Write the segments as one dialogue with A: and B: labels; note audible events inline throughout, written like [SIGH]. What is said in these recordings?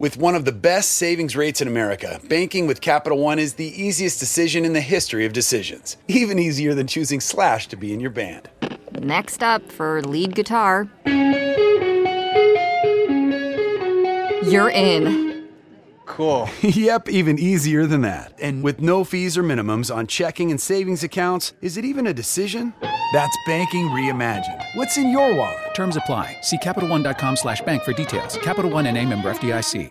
A: With one of the best savings rates in America, banking with Capital One is the easiest decision in the history of decisions. Even easier than choosing Slash to be in your band. [LAUGHS]
B: Next up for lead guitar. You're in.
C: Cool.
A: yep, even easier than that. And with no fees or minimums on checking and savings accounts, is it even a decision? That's banking reimagined. What's in your wallet?
D: Terms apply. See CapitalOne.com slash bank for details. Capital One and a member FDIC.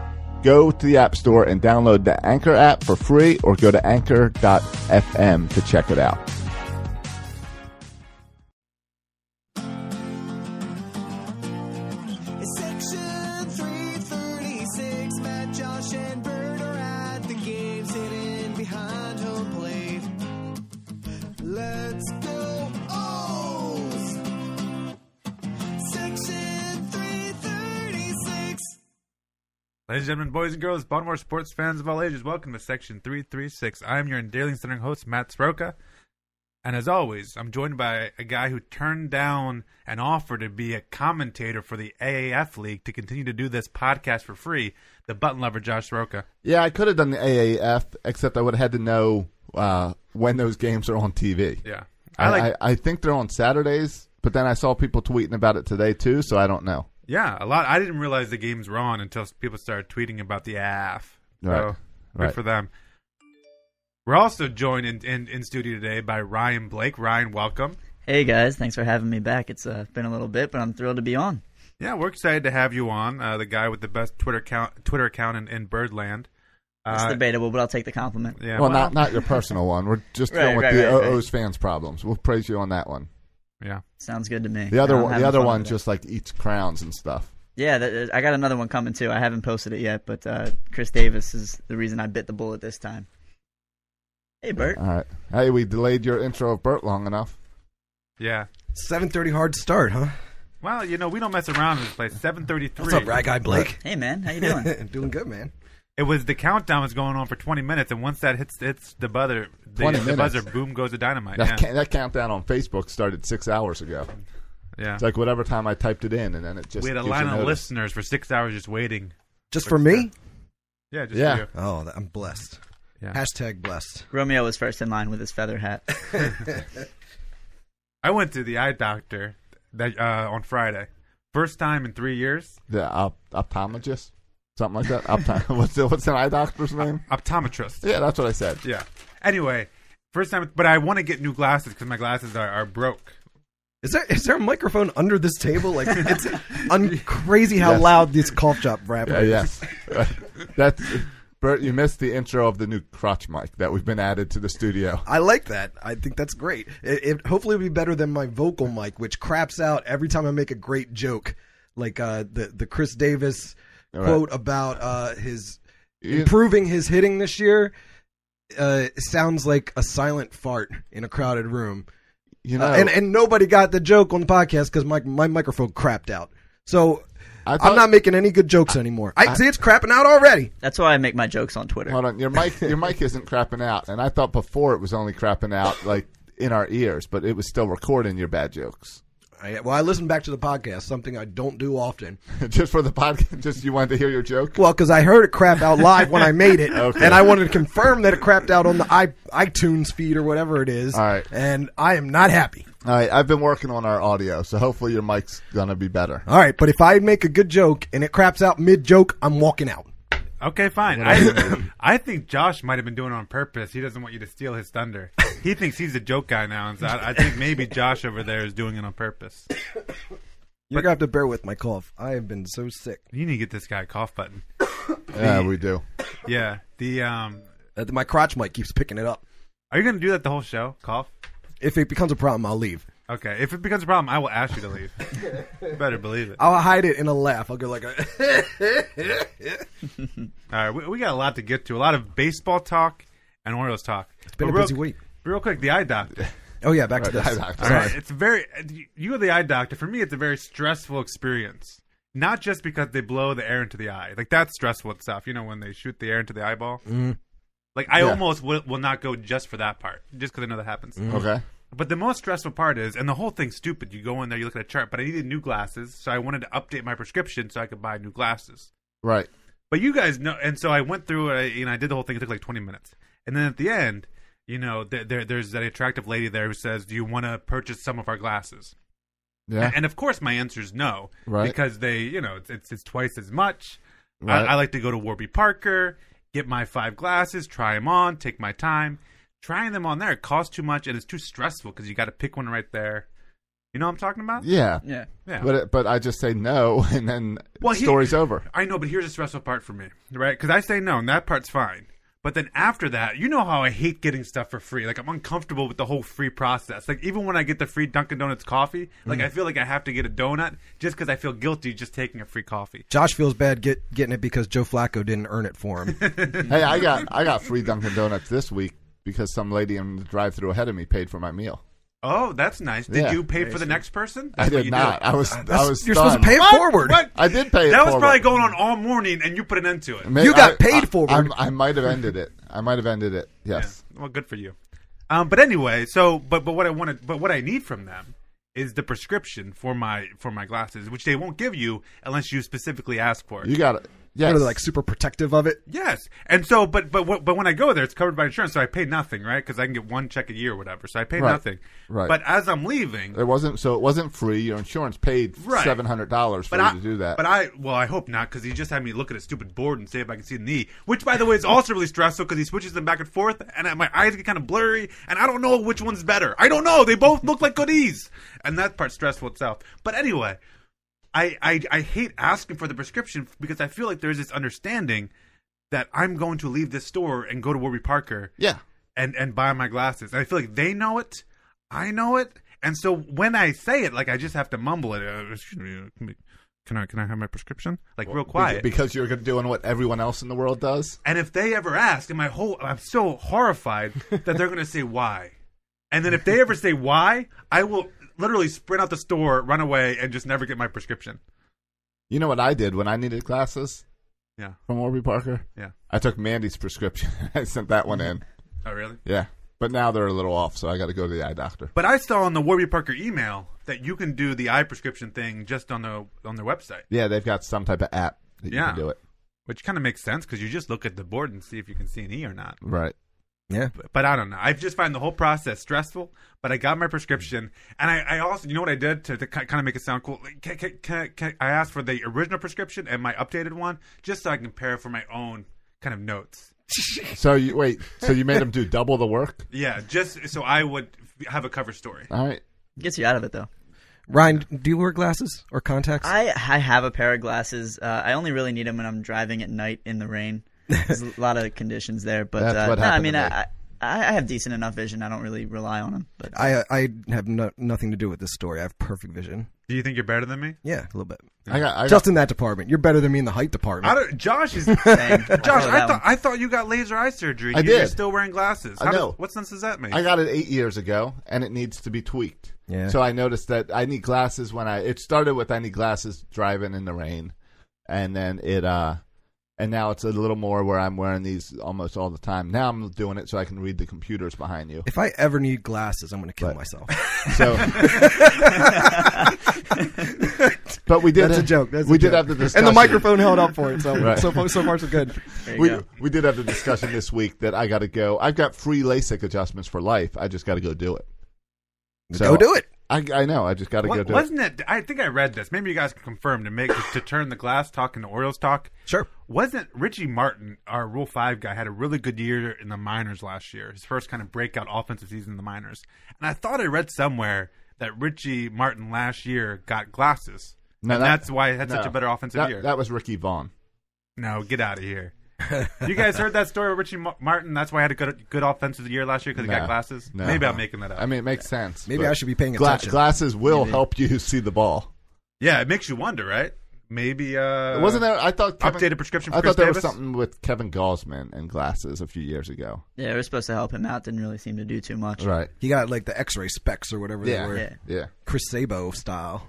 E: Go to the App Store and download the Anchor app for free or go to anchor.fm to check it out.
F: Section 336, Matt, Josh, and Bird are at the games, hidden behind home plate. Let's go O's! Section 336.
C: Ladies and gentlemen, boys and girls, Baltimore sports fans of all ages, welcome to Section 336. I am your daily centering host, Matt Sroka. And as always, I'm joined by a guy who turned down an offer to be a commentator for the AAF League to continue to do this podcast for free, the button lover, Josh Sroka.
E: Yeah, I could have done the AAF, except I would have had to know uh, when those games are on TV.
C: Yeah.
E: I, I, I think they're on Saturdays, but then I saw people tweeting about it today too, so I don't know.
C: Yeah, a lot. I didn't realize the games were on until people started tweeting about the AF.
E: Right,
C: So,
E: right.
C: Good for them. We're also joined in, in, in studio today by Ryan Blake. Ryan, welcome.
G: Hey guys, thanks for having me back. It's uh, been a little bit, but I'm thrilled to be on.
C: Yeah, we're excited to have you on. Uh, the guy with the best Twitter account, Twitter account in, in Birdland.
G: It's
C: Uh,
G: debatable, but I'll take the compliment.
C: Yeah,
E: well, not not your personal one. We're just
G: [LAUGHS] Right,
E: going with
G: right,
E: the
G: right, right.
E: OO's fans problems. We'll praise you on that one.
C: yeah.
G: Sounds good to me.
E: The other
G: I'm
E: one, the
G: having
E: other
G: fun
E: one
G: with it.
E: just like eats crowns and stuff.
G: yeah. That, that- I got another one coming too. I haven't posted it yet, but uh, Chris Davis is the reason I bit the bullet this time. Hey Bert,
E: All right. Hey, we delayed your intro of Bert long enough.
C: Yeah.
H: 7:30 hard start, huh?
C: Well, you know, we don't mess around in this place. 733.
H: What's up, Rag Eye Blake?
G: hey man, how you doing? [LAUGHS]
H: [LAUGHS] doing good, man.
C: It was the countdown was going on for 20 minutes, and once that hits hits the buzzer, the,
E: 20
C: the buzzer,
E: minutes.
C: boom, goes the dynamite.
E: That,
C: Yeah.
E: ca- that countdown on Facebook started six hours ago.
C: yeah.
E: It's like whatever time I typed it in, and then it just
C: We had a
E: gives you
C: line of
E: notice.
C: listeners for six hours just waiting.
H: Just for me?
C: Yeah, just
E: Yeah.
C: you.
H: Oh, that- I'm blessed.
C: Yeah.
H: Hashtag blessed.
G: Romeo was first in line with his feather hat.
C: I went to the eye doctor that uh, on Friday. First time in three years.
E: The op- optometrist, something like that. Opto- [LAUGHS] what's the, what's an eye doctor's name?
C: Optometrist.
E: Yeah, that's what I said.
C: Yeah. Anyway, first time, but I want to get new glasses because my glasses are, are broke.
H: Is there is there a microphone under this table? Like it's un- crazy how loud this cough drop rap
E: Yeah,
H: is.
E: yes. [LAUGHS] that's Bert. You missed the intro of the new crotch mic that we've been added to the studio.
H: I like that. I think that's great. It, it hopefully it'll be better than my vocal mic, which craps out every time I make a great joke, like uh, the the Chris Davis
E: All right.
H: quote about uh, his
E: You-
H: improving his hitting this year. Uh, sounds like a silent fart in a crowded room.
E: You know,
H: Uh, and and nobody got the joke on the podcast because my my microphone crapped out. So
E: I thought-
H: I'm not making any good jokes anymore. I, see it's crapping out already.
G: That's why I make my jokes on Twitter.
E: Hold on, your
C: [LAUGHS]
E: mic your mic isn't crapping out, and I thought before it was only crapping out like in our ears, but it was still recording your bad jokes. [LAUGHS]
H: I, well, I listened back to the podcast, something I don't do often.
E: just for the podcast, [LAUGHS] just you wanted to hear your joke.
H: Well, because I heard it crap out live when I made it,
E: [LAUGHS] Okay.
H: and I wanted to confirm that it crapped out on the i iTunes feed or whatever it is.
E: All right.
H: And I am not happy.
E: All right, I've been working on our audio, so hopefully your mic's gonna be better.
C: Uh,
H: All right, but if I make a good joke and it craps out mid joke, I'm walking out.
C: Okay, fine. I, [LAUGHS] I think Josh might have been doing it on purpose. He doesn't want you to steal his thunder. He thinks he's a joke guy now, and so I, I
H: [LAUGHS]
C: think maybe Josh over there is doing it on purpose.
H: You're gonna have to bear with my cough. I have been so sick.
C: You need to get this guy a cough button.
E: Yeah, we do.
C: Yeah. The um,
H: Uh, my crotch mic keeps picking it up.
C: are you gonna do that the whole show? Cough.
H: If it becomes a problem, I'll leave.
C: Okay. If it becomes a problem, I will ask you to leave. You Better believe it. All
H: I'll hide it in a laugh. I'll go like, a [LAUGHS]
C: right. We, we got a lot to get to. A lot of baseball talk and Orioles talk. It's
H: been a busy week.
C: Real quick, the eye doctor.
H: "Oh yeah, back
E: [LAUGHS]
H: to this."
E: All right.
C: All right. It's very you are the eye doctor. For me, it's a very stressful experience. Not just because they blow the air into the eye, like that's stressful itself. You know when they shoot the air into the eyeball. Like I
E: Mm-hmm. Yeah.
C: almost will, will not go just for that part, just because I know that happens.
E: Mm-hmm. Okay.
C: But the most stressful part is, and the whole thing's stupid. You go in there, you look at a chart, but I needed new glasses, so I wanted to update my prescription so I could buy new glasses.
E: Right.
C: But you guys know, and so I went through it. I, you know, I did the whole thing. It took like twenty minutes, and then at the end, you know, there, there there's that attractive lady there who says, "Do you want to purchase some of our glasses?"
E: Yeah.
C: And, of course, my answer is no,
E: Right.
C: Because they, you know, it's it's, it's twice as much.
E: Right.
C: I, I like to go to Warby Parker, get my five glasses, try them on, take my time. Trying them on there costs too much, and it's too stressful because you got to pick one right there. You know what I'm talking about?
E: Yeah.
G: Yeah.
C: Yeah.
E: But it, but I just say no, [LAUGHS] and then
C: Well, he-
E: story's
C: [LAUGHS]
E: over.
C: I know, but here's the stressful part for me, right? Because I say no, and that part's fine. But then after that, you know how I hate getting stuff for free. Like I'm uncomfortable with the whole free process. Like even when I get the free Dunkin' Donuts coffee, like I feel like I have to get a donut just because I feel guilty just taking a free coffee.
H: Josh feels bad get, getting it because Joe Flacco didn't earn it for him.
E: hey, I got I got free Dunkin' Donuts this week because some lady in the drive-through ahead of me paid for my meal.
C: Oh, that's nice. Did
E: Yeah.
C: you pay for the next person?
E: I
C: That's what
E: did
C: you Uh,
E: not. [LAUGHS] I was I was
H: You're supposed
E: stunned.
H: to pay it
C: What?
H: forward.
C: What?
E: I did pay it
C: That was
E: forward.
C: probably going on all morning, and you put an end to it.
E: May-
H: You got paid
E: I,
H: forward.
E: I'm- I, might have ended it. I might have ended it. Yes.
C: Well, good for you. Um, but anyway, so but but what I wanted, but what I need from them is the prescription for my for my glasses, which they won't give you unless you specifically ask for it.
E: You got it. Yes.
H: They're like super protective of it.
C: yes, and so but but what- but when I go there, it's covered by insurance, so I pay nothing, right? Because I can get one check a year or whatever, so I pay
E: Right.
C: nothing.
E: Right.
C: But as I'm leaving,
E: It wasn't so. It wasn't free. Your insurance paid
C: Right.
E: seven hundred dollars for
C: But
E: you
C: I
E: to do that.
C: But I well, I hope not because he just had me look at a stupid board and say if I can see the knee, which by the way is also really stressful because he switches them back and forth, and I, my eyes get kind of blurry, and I don't know which one's better. I don't know. They both look like goodies, and that part's stressful itself. But anyway, I, I I hate asking for the prescription because I feel like there's this understanding that I'm going to leave this store and go to Warby Parker
E: yeah.
C: and and buy my glasses. And I feel like they know it, I know it, and so when I say it, like I just have to mumble it. Uh, excuse me, uh, can we- can I can I have my prescription? Like real quiet.
E: because you're doing what everyone else in the world does.
C: and if they ever ask, and my whole I'm so horrified that they're gonna say why, and then if they ever say why, I will literally sprint out the store, run away, and just never get my prescription.
E: You know what I did when I needed glasses
C: Yeah,
E: from Orby Parker?
C: yeah.
E: I took Mandy's prescription. [LAUGHS] I sent that one in.
C: Oh really?
E: Yeah, but now they're a little off, so I got to go to the eye doctor.
C: But I saw on the Warby Parker email that you can do the eye prescription thing just on the on their website.
E: Yeah, they've got some type of app that
C: Yeah.
E: you can do it.
C: Which kind of makes sense because you just look at the board and see if you can see an E or not.
E: Right.
H: Yeah.
C: But, but I don't know. I just find the whole process stressful. But I got my prescription, and I, I also, you know what I did to, to kind of make it sound cool. Like, can, can, can, can, I asked for the original prescription and my updated one just so I can compare for my own kind of notes.
E: So you wait. So you made
C: [LAUGHS]
E: them do double the work.
C: Yeah, just so I would f- have a cover story.
E: All right.
G: Gets you out of it though.
H: Ryan, do you wear glasses or contacts?
G: I I have a pair of glasses. Uh, I only really need them when I'm driving at night in the rain. There's a lot of conditions there, but
E: That's
G: uh,
E: what
G: no, I
E: happened
G: mean
E: to me.
G: I, I I have decent enough vision. I don't really rely on them, but
C: [LAUGHS]
H: I I have no, nothing to do with this story. I have perfect vision.
C: Do you think you're better than me?
H: Yeah, a little bit.
E: I got. I got
H: Just in that department, you're better than me in the height
C: I
H: department.
C: don't, Josh [LAUGHS] is.
G: dang,
C: Josh, I
G: oh, that
C: thought
G: one.
C: I thought you got laser eye surgery.
E: I
C: and you're
E: did.
C: still wearing glasses.
E: I
C: How
E: know.
C: Does, what sense does that make?
E: I got it eight years ago, and it needs to be tweaked.
H: Yeah.
E: So I noticed that I need glasses when I. It started with I need glasses driving in the rain, and then it uh, And now it's a little more where I'm wearing these almost all the time. Now I'm doing it so I can read the computers behind you.
H: If I ever need glasses, I'm going to
E: [LAUGHS]
H: kill myself. [LAUGHS]
E: So, but we did.
H: That's a joke. That's a
E: we did
H: joke.
E: have the discussion,
H: [LAUGHS] And the microphone held up for it, so
E: Right.
H: so, far, so far so good.
E: [LAUGHS] We, we did have the discussion this week that I got to go. I've got free LASIK adjustments for life. I just got to go do it.
H: Go do it.
E: I, I know. I just got to go
C: What,
E: do it.
C: wasn't it? I think I read this. Maybe you guys can confirm to make to turn the glass talk into Orioles talk.
H: Sure.
C: Wasn't Richie Martin our Rule Five guy had a really good year in the minors last year? His first kind of breakout offensive season in the minors. And I thought I read somewhere that Richie Martin last year got glasses.
E: No,
C: and
E: that-
C: that's why he had such
E: no.
C: a better offensive
E: That-
C: year.
E: That was Ricky Vaughn.
C: no, get out
E: [LAUGHS]
C: of here. you guys heard that story of Richie Ma- Martin? That's why he had a good good offensive year last year because he
E: No.
C: got glasses.
E: No.
C: Maybe I'm making that up.
E: I mean, it makes sense.
H: Maybe
E: but
H: I should be paying
E: gla-
H: attention.
E: Glasses will help you see the ball.
C: yeah, it makes you wonder, right? Maybe uh
E: Wasn't there? I thought Kevin,
C: updated prescription for
E: I
C: Chris
E: thought there
C: Davis?
E: was something with Kevin Gosman and glasses a few years ago.
G: Yeah, we're supposed to help him out. Didn't really seem to do too much.
E: Right.
H: He got like the X-ray specs or whatever
E: Yeah.
H: they were.
E: yeah.
G: Yeah.
H: Chris Sabo style.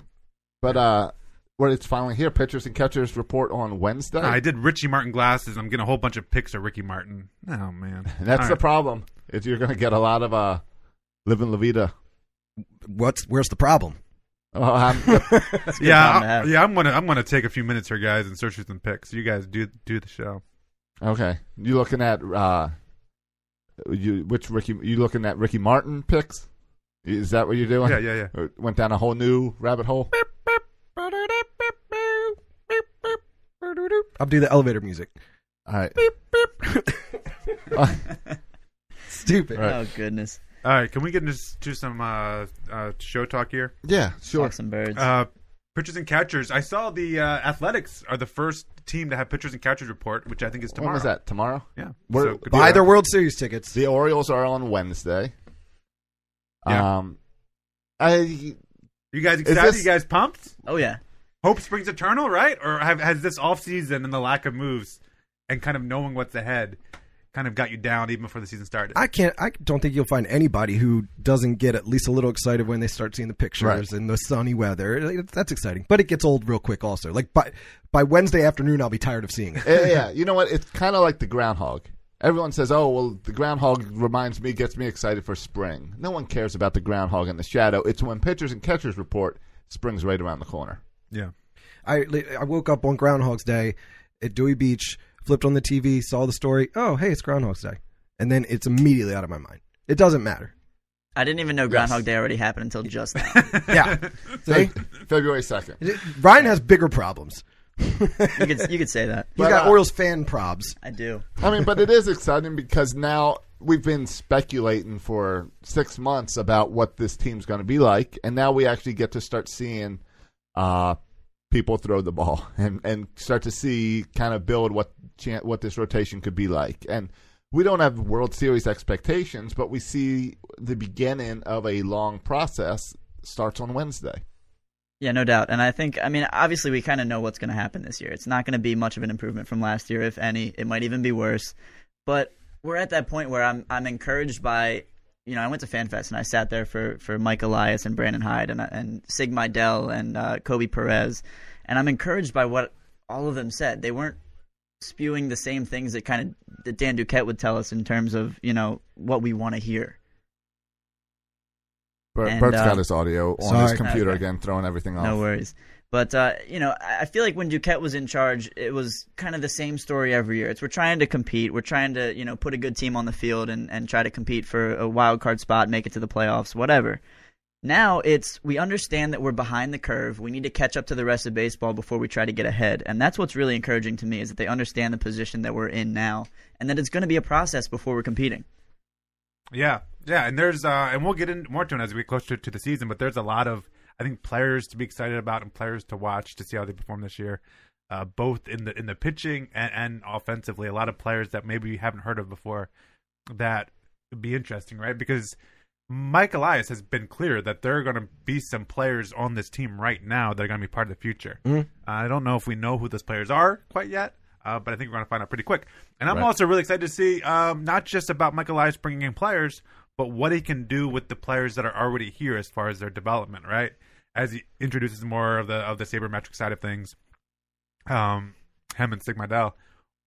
E: But uh, well, it's finally here. Pitchers and catchers report on Wednesday.
C: I did Richie Martin glasses. I'm getting a whole bunch of pics of Ricky Martin. Oh man,
E: And [LAUGHS] that's
C: All
E: the
C: right.
E: problem. Is you're going to get a lot of uh, living la vida.
H: What's where's the problem?
E: Oh,
C: [LAUGHS]
E: I'm-
G: good
C: Yeah,
G: time to
C: I-
G: have.
C: yeah. I'm gonna I'm gonna take a few minutes here, guys, and search for some pics. You guys do do the show.
E: okay. You looking at uh, you which Ricky? You looking at Ricky Martin picks? Is that what you're doing?
C: Yeah, yeah, yeah.
E: Or Went down a whole new rabbit hole.
H: I'll do the elevator music.
E: All right.
G: [LAUGHS]
H: Stupid.
E: Uh, Right.
G: Oh goodness.
C: All right, can we get into s- to some uh, uh, show talk here?
E: Yeah, sure.
G: Talk some birds.
C: Uh, pitchers and catchers. I saw the uh, Athletics are the first team to have pitchers and catchers report, which I think is tomorrow.
E: When was that? Tomorrow?
C: Yeah.
E: We're-
C: good
H: Buy
C: for
H: their
C: them.
H: World Series tickets.
E: The Orioles are on Wednesday.
C: Yeah.
E: Um, I
C: You guys excited?
E: this-
C: You guys pumped?
G: oh yeah.
C: Hope springs eternal, right? Or have, has this off season and the lack of moves and kind of knowing what's ahead kind of got you down even before the season started?
H: I can't. I don't think you'll find anybody who doesn't get at least a little excited when they start seeing the pictures
E: Right.
H: and the sunny weather. Like, That's exciting, but it gets old real quick. Also, like by by Wednesday afternoon, I'll be tired of
E: [LAUGHS]
H: seeing it.
E: yeah, yeah. You know what? It's kind of like the groundhog. Everyone says, "Oh, well, the groundhog reminds me, gets me excited for spring." No one cares about the groundhog in the shadow. It's when pitchers and catchers report, spring's right around the corner.
C: yeah.
H: I I woke up on Groundhog's Day at Dewey Beach, flipped on the TV, saw the story. Oh, hey, it's Groundhog's Day, and then it's immediately out of my mind. It
E: [LAUGHS]
H: doesn't matter.
G: I didn't even know Groundhog Day already happened
C: [LAUGHS]
G: until just now.
H: Yeah,
E: Fe-
H: see,
E: February second.
H: Ryan has bigger problems.
G: you could you could say that.
H: He's
E: But,
H: got
E: uh,
H: Orioles fan probs.
G: I do.
E: I mean, but it is exciting because now we've been speculating for six months about what this team's going to be like, and now we actually get to start seeing uh, people throw the ball [LAUGHS] and, and start to see kind of build what chan- what this rotation could be like. And we don't have World Series expectations, but we see the beginning of a long process starts on Wednesday.
G: Yeah, no doubt. And I think, I mean, obviously, we kind of know what's going to happen this year. It's not going to be much of an improvement from last year, if any. It might even be worse. But we're at that point where I'm I'm encouraged by, you know, I went to FanFest and I sat there for for Mike Elias and Brandon Hyde and and Sig Meidel and uh, Kobe Perez, and I'm encouraged by what all of them said. They weren't spewing the same things that kind of that Dan Duquette would tell us in terms of you know what we want to hear.
E: Bert,
G: And,
E: Bert's
G: uh,
E: got his audio on his
H: sorry.
E: computer
G: Okay.
E: again, throwing everything off.
G: No worries. But uh, you know, I I feel like when Duquette was in charge, it was kind of the same story every year. It's we're trying to compete, we're trying to you know put a good team on the field and and try to compete for a wild card spot, make it to the playoffs, whatever. Now it's we understand that we're behind the curve. We need to catch up to the rest of baseball before we try to get ahead, and that's what's really encouraging to me is that they understand the position that we're in now, and that it's going to be a process before we're competing.
C: Yeah, yeah, and there's uh, and we'll get in more to it as we get closer to the season. But there's a lot of I think players to be excited about and players to watch to see how they perform this year, uh, both in the in the pitching and, and offensively. A lot of players that maybe you haven't heard of before that would be interesting, right? Because Mike Elias has been clear that there are going to be some players on this team right now that are going to be part of the future. I don't know if we know who those players are quite yet, uh, but I think we're going to find out pretty quick. And I'm
E: Right.
C: also really excited to see um, not just about Michael Elias bringing in players, but what he can do with the players that are already here as far as their development, right? As he introduces more of the of the sabermetric side of things, um, him and Sigma Dell,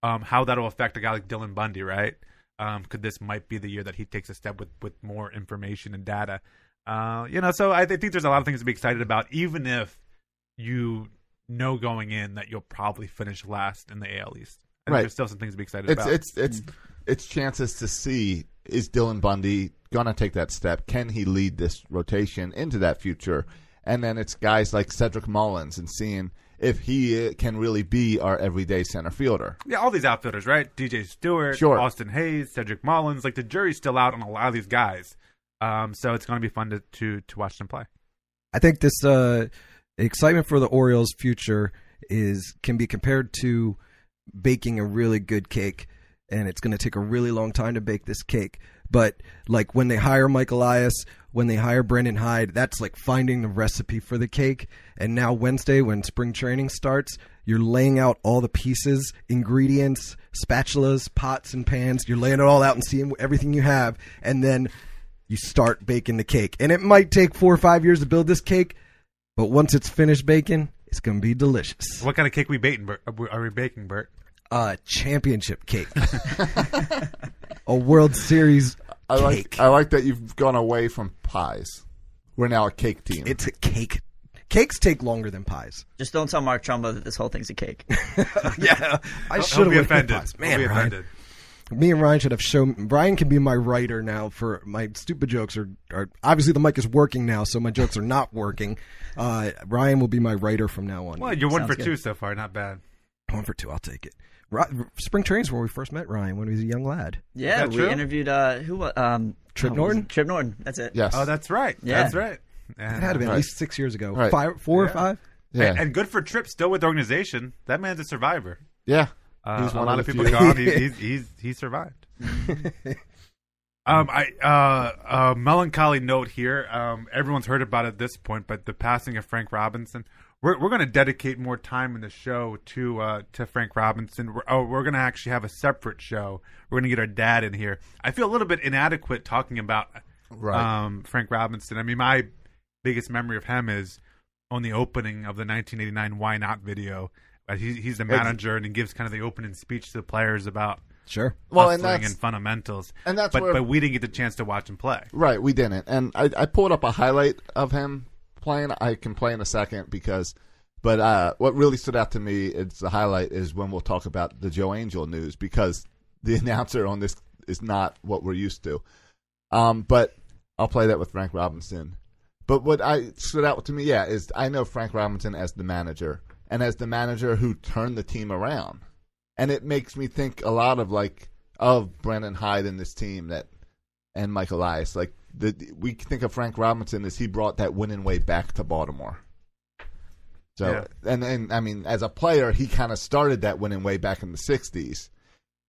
C: um, how that'll affect a guy like Dylan Bundy, right? Um, could this might be the year that he takes a step with with more information and data? Uh, you know, so I think there's a lot of things to be excited about, even if you know going in that you'll probably finish last in the AL East. I think
E: Right.
C: There's still some things to be excited
E: it's
C: about.
E: it's it's it's chances to see is Dylan Bundy gonna take that step? Can he lead this rotation into that future? And then it's guys like Cedric Mullins and seeing if he uh, can really be our everyday center fielder.
C: yeah, all these outfielders, right? DJ Stewart,
E: Sure.
C: Austin Hayes, Cedric Mullins. Like the jury's still out on a lot of these guys. Um, so it's going to be fun to, to to watch them play.
H: I think this uh, excitement for the Orioles' future is can be compared to baking a really good cake, and it's going to take a really long time to bake this cake. But like when they hire Mike Elias, when they hire Brendan Hyde, that's like finding the recipe for the cake. And now Wednesday, when spring training starts, you're laying out all the pieces, ingredients, spatulas, pots, and pans. You're laying it all out and seeing everything you have, and then you start baking the cake. And it might take four or five years to build this cake, but once it's finished baking, it's going to be delicious.
C: What kind of cake we baking, Bert? Are we baking, Bert?
H: A championship cake, a World Series
E: I
H: cake.
E: like I like that you've gone away from pies. We're now a cake team.
H: it's a cake. Cakes take longer than pies.
G: Just don't tell Mark Trumbo that this whole thing's a cake.
H: yeah, [LAUGHS] I
C: He'll-
H: should
C: he'll
H: have went
C: be
H: with
C: offended.
H: pies.
C: He'll
H: Man,
C: be
H: Ryan,
C: offended.
H: me and Ryan should have shown. Ryan can be my writer now for my stupid jokes. Are, are obviously the mic is working now, so my jokes are not working. Uh, Ryan will be my writer from now on.
C: Well, you're one
G: Sounds
C: for
G: good.
C: two so far. Not bad.
H: One for two, I'll take it. Ri- Spring training's where we first met Ryan when he was a young lad.
G: Yeah,
C: that
G: we
C: true?
G: interviewed uh, who? wa- Um,
H: Trip
G: oh, what was
H: Norton?
G: it? Trip Norton. That's it.
E: yes.
C: Oh, that's right.
G: Yeah.
C: That's right. And,
H: That had to be at
E: Right.
H: least six years ago.
E: Right.
H: Five, four or
C: Yeah.
H: five.
E: yeah.
C: and, and good for Tripp, still with the organization. That man's a survivor.
E: yeah.
C: Uh,
E: He's
C: a
E: one of
C: lot of
E: the
C: people
E: few. [LAUGHS]
C: gone. He, he's, he's he survived. um, I uh, a melancholy note here. Um, everyone's heard about it at this point, but the passing of Frank Robinson. We're we're going to dedicate more time in the show to uh, to Frank Robinson. We're, oh, we're going to actually have a separate show. We're going to get our dad in here. I feel a little bit inadequate talking about
E: Right.
C: um, Frank Robinson. I mean, my biggest memory of him is on the opening of the 1989 Why Not video. Uh, he, he's the manager and he gives kind of the opening speech to the players about
H: Sure.
E: Well, and
C: hustling and,
E: that's-
C: fundamentals.
E: and that's
C: but,
E: where-
C: but we didn't get the chance to watch him play.
E: Right, we didn't. And I, I pulled up a highlight of him playing. I can play in a second because, but uh, what really stood out to me is the highlight is when we'll talk about the Joe Angel news because the [LAUGHS] announcer on this is not what we're used to. Um, but I'll play that with Frank Robinson. But what I stood out to me, yeah, is I know Frank Robinson as the manager and as the manager who turned the team around. And it makes me think a lot of like of Brandon Hyde and this team that and Mike Elias. Like the we think of Frank Robinson as he brought that winning way back to Baltimore. So
C: Yeah.
E: and and I mean as a player he kind of started that winning way back in the '60s,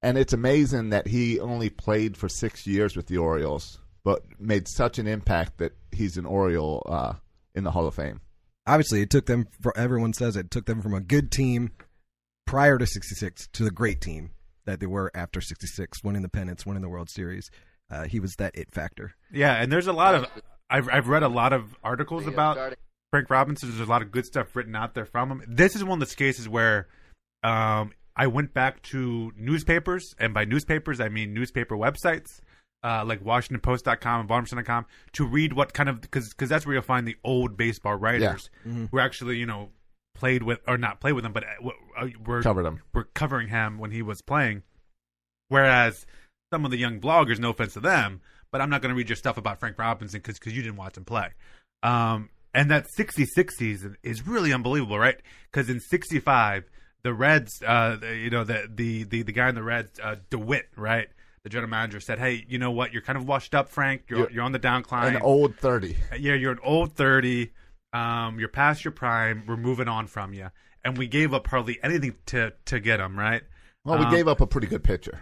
E: and it's amazing that he only played for six years with the Orioles, but made such an impact that he's an Oriole uh, in the Hall of Fame.
H: Obviously, it took them. For, everyone says it took them from a good team prior to '66 to the great team that they were after '66, winning the pennants, winning the World Series. Uh, he was that it factor.
C: Yeah, and there's a lot of I've I've read a lot of articles about Frank Robinson. There's a lot of good stuff written out there from him. This is one of those cases where um, I went back to newspapers, and by newspapers I mean newspaper websites uh, like WashingtonPost.com and Boston.com to read what kind of because because that's where you'll find the old baseball writers who actually you know played with or not played with him, but uh, w- uh, were
E: Covered him.
C: were covering him when he was playing. Whereas some of the young bloggers, no offense to them, but I'm not going to read your stuff about Frank Robinson because you didn't watch him play. Um, and that 66 season is really unbelievable, right? Because in 65, the Reds, uh, the- you know, the, the, the, the guy in the Reds, uh, DeWitt, right? The general manager said, hey, you know what? You're kind of washed up, Frank. You're, you're,
E: You're-
C: on the downcline.
E: An old thirty.
C: yeah, you're an old 30. Um, you're past your prime. We're moving on from you. And we gave up hardly anything to, to get him, right?
E: Well, we
C: Um,
E: gave up a pretty good pitcher.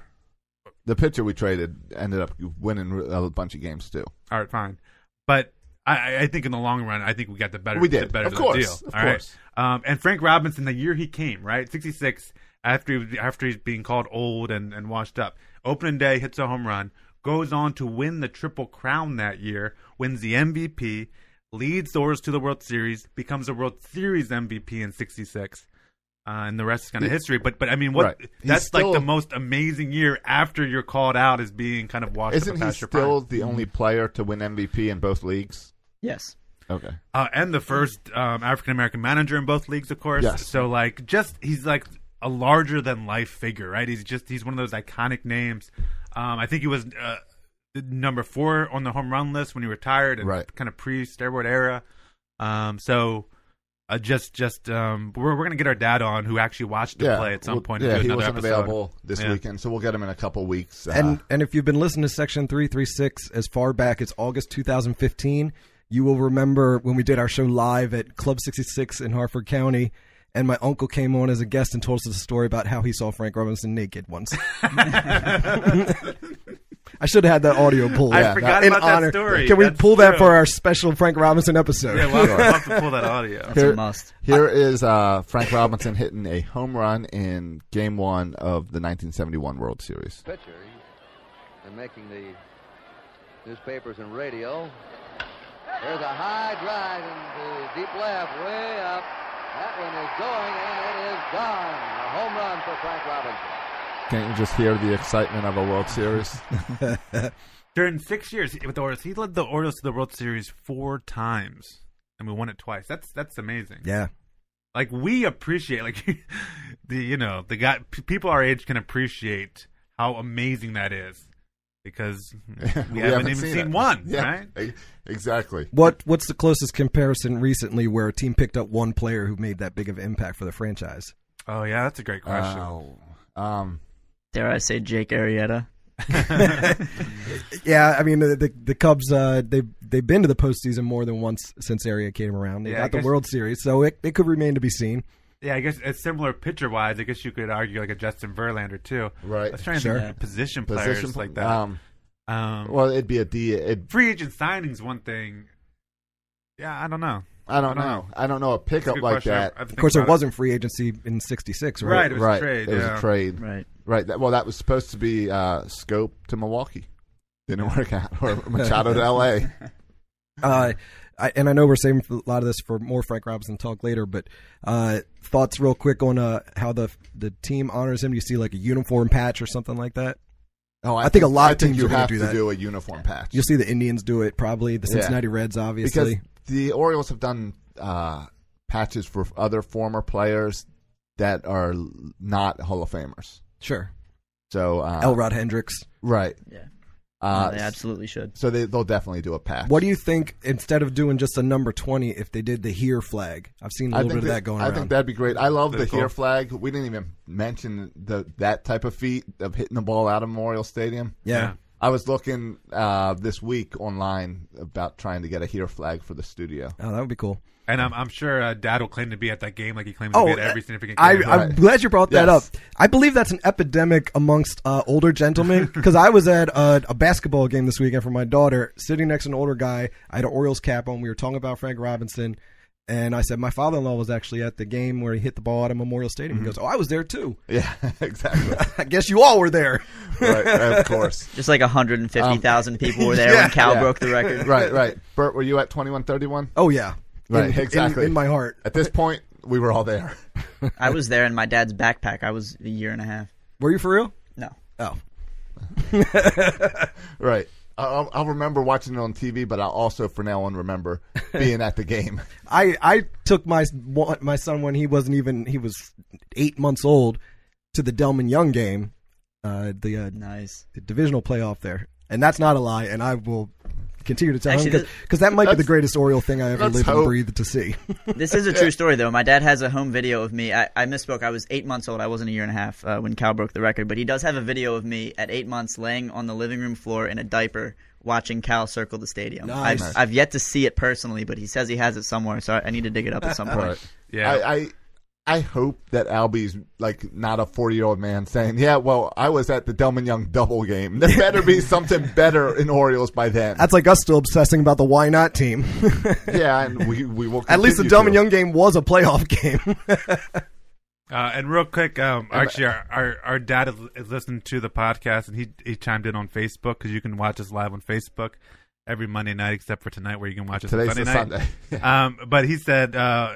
E: The pitcher we traded ended up winning a bunch of games too.
C: All right, fine. But I- I, I think in the long run, I think we got the better.
E: We did.
C: the better
E: Of
C: the
E: course.
C: deal.
E: Of
C: All right?
E: course.
C: Um, and Frank Robinson, the year he came, right, sixty six, after he, was- after he's being called old and, and washed up, opening day hits a home run, goes on to win the triple crown that year, wins the MVP, leads the Orioles to the World Series, becomes a World Series MVP in sixty six. uh, and the rest is kind of history. But but I mean, what
E: Right. He's
C: that's like
E: still-
C: the most amazing year after you're called out as being kind of washed up
E: Isn't he
C: past your
E: still
C: prime.
E: the only player to win MVP in both leagues?
G: Yes.
E: Okay.
C: Uh, and the first um, African American manager in both leagues, of course.
E: Yes.
C: So like, just he's like a larger than life figure, right? He's just he's one of those iconic names. Um, I think he was uh, number four on the home run list when he retired, and
E: Right.
C: kind of pre steroid era. Um, so. Uh, just, just um, we're we're gonna get our dad on who actually watched him play at some
E: well,
C: point. and
E: Yeah,
C: do
E: he
C: another
E: wasn't
C: episode.
E: available this
C: Yeah.
E: weekend, so we'll get him in a couple weeks. Uh,
H: And and if you've been listening to Section 336 as far back as August 2015, you will remember when we did our show live at Club 66 in Harford County. And my uncle came on as a guest and told us a story about how he saw Frank Robinson naked once. I should have had that audio pulled.
C: I
H: Yeah,
C: forgot
H: in
C: about that story.
H: Can we
C: That's
H: pull that
C: true.
H: for our special Frank Robinson episode?
C: Yeah, we'll have, we'll have to pull that audio.
G: That's a must.
E: Here is uh, Frank Robinson hitting a home run in Game One of the 1971 World Series.
I: pitcher. And making the newspapers and radio. There's a high drive into deep left, way up. That one is going, and it is gone. A home run for Frank Robinson.
E: Can't you just hear the excitement of a World
C: [LAUGHS]
E: [LAUGHS] Series?
C: During six years with the Orioles, he led the Orioles to the World Series four times, and we won it twice. That's that's amazing.
H: Yeah.
C: Like we appreciate, like [LAUGHS] the you know the guy p- people our age can appreciate how amazing that is because we, haven't, even seen,
E: it.
C: one,
E: [LAUGHS] Yeah,
C: right?
E: e- Exactly.
H: What What's the closest comparison recently where a team picked up one player who made that big of an impact for the franchise?
C: Oh yeah, that's a great
E: [LAUGHS]
C: question.
E: Oh, um,
G: Dare I say Jake Arrieta?
H: Yeah, I mean the the, the Cubs uh, they they've been to the postseason more than once since area came around. They
C: Yeah, I
H: got the
C: guess-
H: World Series, so it, it could remain to be seen.
C: [LAUGHS] yeah, I guess it's similar pitcher wise. I guess you could argue like a Justin Verlander too.
E: Right.
C: I was trying to
H: Sure.
C: think of [LAUGHS] position players
E: position
C: like that.
E: Um,
C: um,
E: well, it'd be a D. It'd,
C: free agent signings one thing. Yeah, I don't know.
E: I don't know. I don't know a
C: That's a
E: pickup
C: good
E: like
C: question.
E: that.
C: I have to
H: Of
C: think
H: course, there
C: about it.
H: wasn't free agency in '66, right?
C: Right. it was a
E: right.
C: trade,
E: It was
C: yeah.
E: a trade.
G: Right.
E: Right. That, well, that was supposed to be uh, Scope to Milwaukee. Didn't work out.
C: [LAUGHS]
E: Or Machado to L.A.
H: Uh, I, and I know we're saving a lot of this for more Frank Robinson talk later, but uh, thoughts real quick on uh, how the the team honors him. Do you see like a uniform patch or something like that?
E: Oh,
H: I think a lot
E: I
H: of
E: think
H: teams
E: you
H: are gonna
E: have
H: do
E: to
H: that.
E: do a uniform patch.
H: You'll see the Indians do it probably. The
E: Yeah.
H: Cincinnati Reds,
E: because
H: obviously.
E: the Orioles have done uh, patches for other former players that are not Hall of Famers.
H: sure.
E: So uh,
H: Elrod Hendricks.
E: right?
G: Yeah.
E: Uh,
G: they absolutely should.
E: So they, they'll definitely do a patch.
H: What do you think instead of doing just a number twenty, if they did the here flag? I've seen a
E: I
H: little
E: think
H: bit of
E: that-
H: that going
E: I
H: around.
E: think that'd be great. I love
C: That's
E: the
C: cool.
E: here flag. We didn't even mention the that type of feat of hitting the ball out of Memorial Stadium.
H: yeah.
C: Yeah.
E: I was looking uh, this week online about trying to get a here flag for the studio. [LAUGHS]
H: Oh, that would be cool.
C: And I'm, I'm sure uh, Dad will claim to be at that game like he claims to
H: Oh,
C: be at every significant
H: I,
C: game.
H: I'm glad you brought that
E: Yes.
H: up. I believe that's an epidemic amongst uh, older
C: [LAUGHS]
H: gentlemen because I was at a, a basketball game this weekend for my daughter, sitting next to an older guy. I had an Orioles cap on. We were talking about Frank Robinson, and I said my father-in-law was actually at the game where he hit the ball out of Memorial Stadium.
C: Mm-hmm.
H: He goes, "Oh, I was there too. [LAUGHS]
E: Yeah, exactly.
H: I guess you all were there." [LAUGHS]
E: right, of course.
G: Just like 150,000
E: [LAUGHS]
G: people were there when Cal broke the record.
E: Um, Right, right. Bert, were you at twenty one thirty one?
H: Oh yeah, In-
E: Right,
H: in-
E: exactly.
H: In, my heart,
E: At this point, we were all there. [LAUGHS]
G: I was there in my dad's backpack. I was a year and a half.
H: were you for real?
G: No.
H: Oh,
E: Right. I'll, I'll remember watching it on TV, but I'll also, for now on, remember being at the
H: [LAUGHS]
E: game.
H: I I took my my son when he wasn't even he was eight months old to the Delman Young game, uh, the uh,
G: Nice.
H: the divisional playoff there, and that's not a lie, and I will continue to tell
G: Actually,
H: him because that might be the
E: That's-
H: greatest Oriole thing I ever
E: let's
H: lived and
E: hope.
H: breathed to see. [LAUGHS]
E: [LAUGHS]
G: This is a true story, though. My dad has a home video of me. I, I misspoke. I was eight months old. I wasn't a year and a half uh, when Cal broke the record, but he does have a video of me at eight months laying on the living room floor in a diaper watching Cal circle the stadium.
H: Nice.
G: I've, I've yet to see it personally, but he says he has it somewhere, so I I need to dig it up at
E: [LAUGHS]
G: some point.
C: yeah.
E: I, I, I hope that Albie's like not a forty year old man saying, "Yeah, well, I was at the Delman Young double game. There better
C: [LAUGHS]
E: be something better in Orioles by then."
H: That's like us still obsessing about the why not team. [LAUGHS]
E: yeah, and we we will.
H: At least the
E: continue
H: Delman
E: to.
H: Young game was a playoff [LAUGHS] game.
C: Uh, and real quick, um, actually, our, our our dad has- has listened to the podcast, and he he chimed in on Facebook because you can watch us live on Facebook every Monday night, except for tonight, where you can watch us
E: Today's
C: [LAUGHS] on Sunday
E: the
C: night. um, but he said, uh,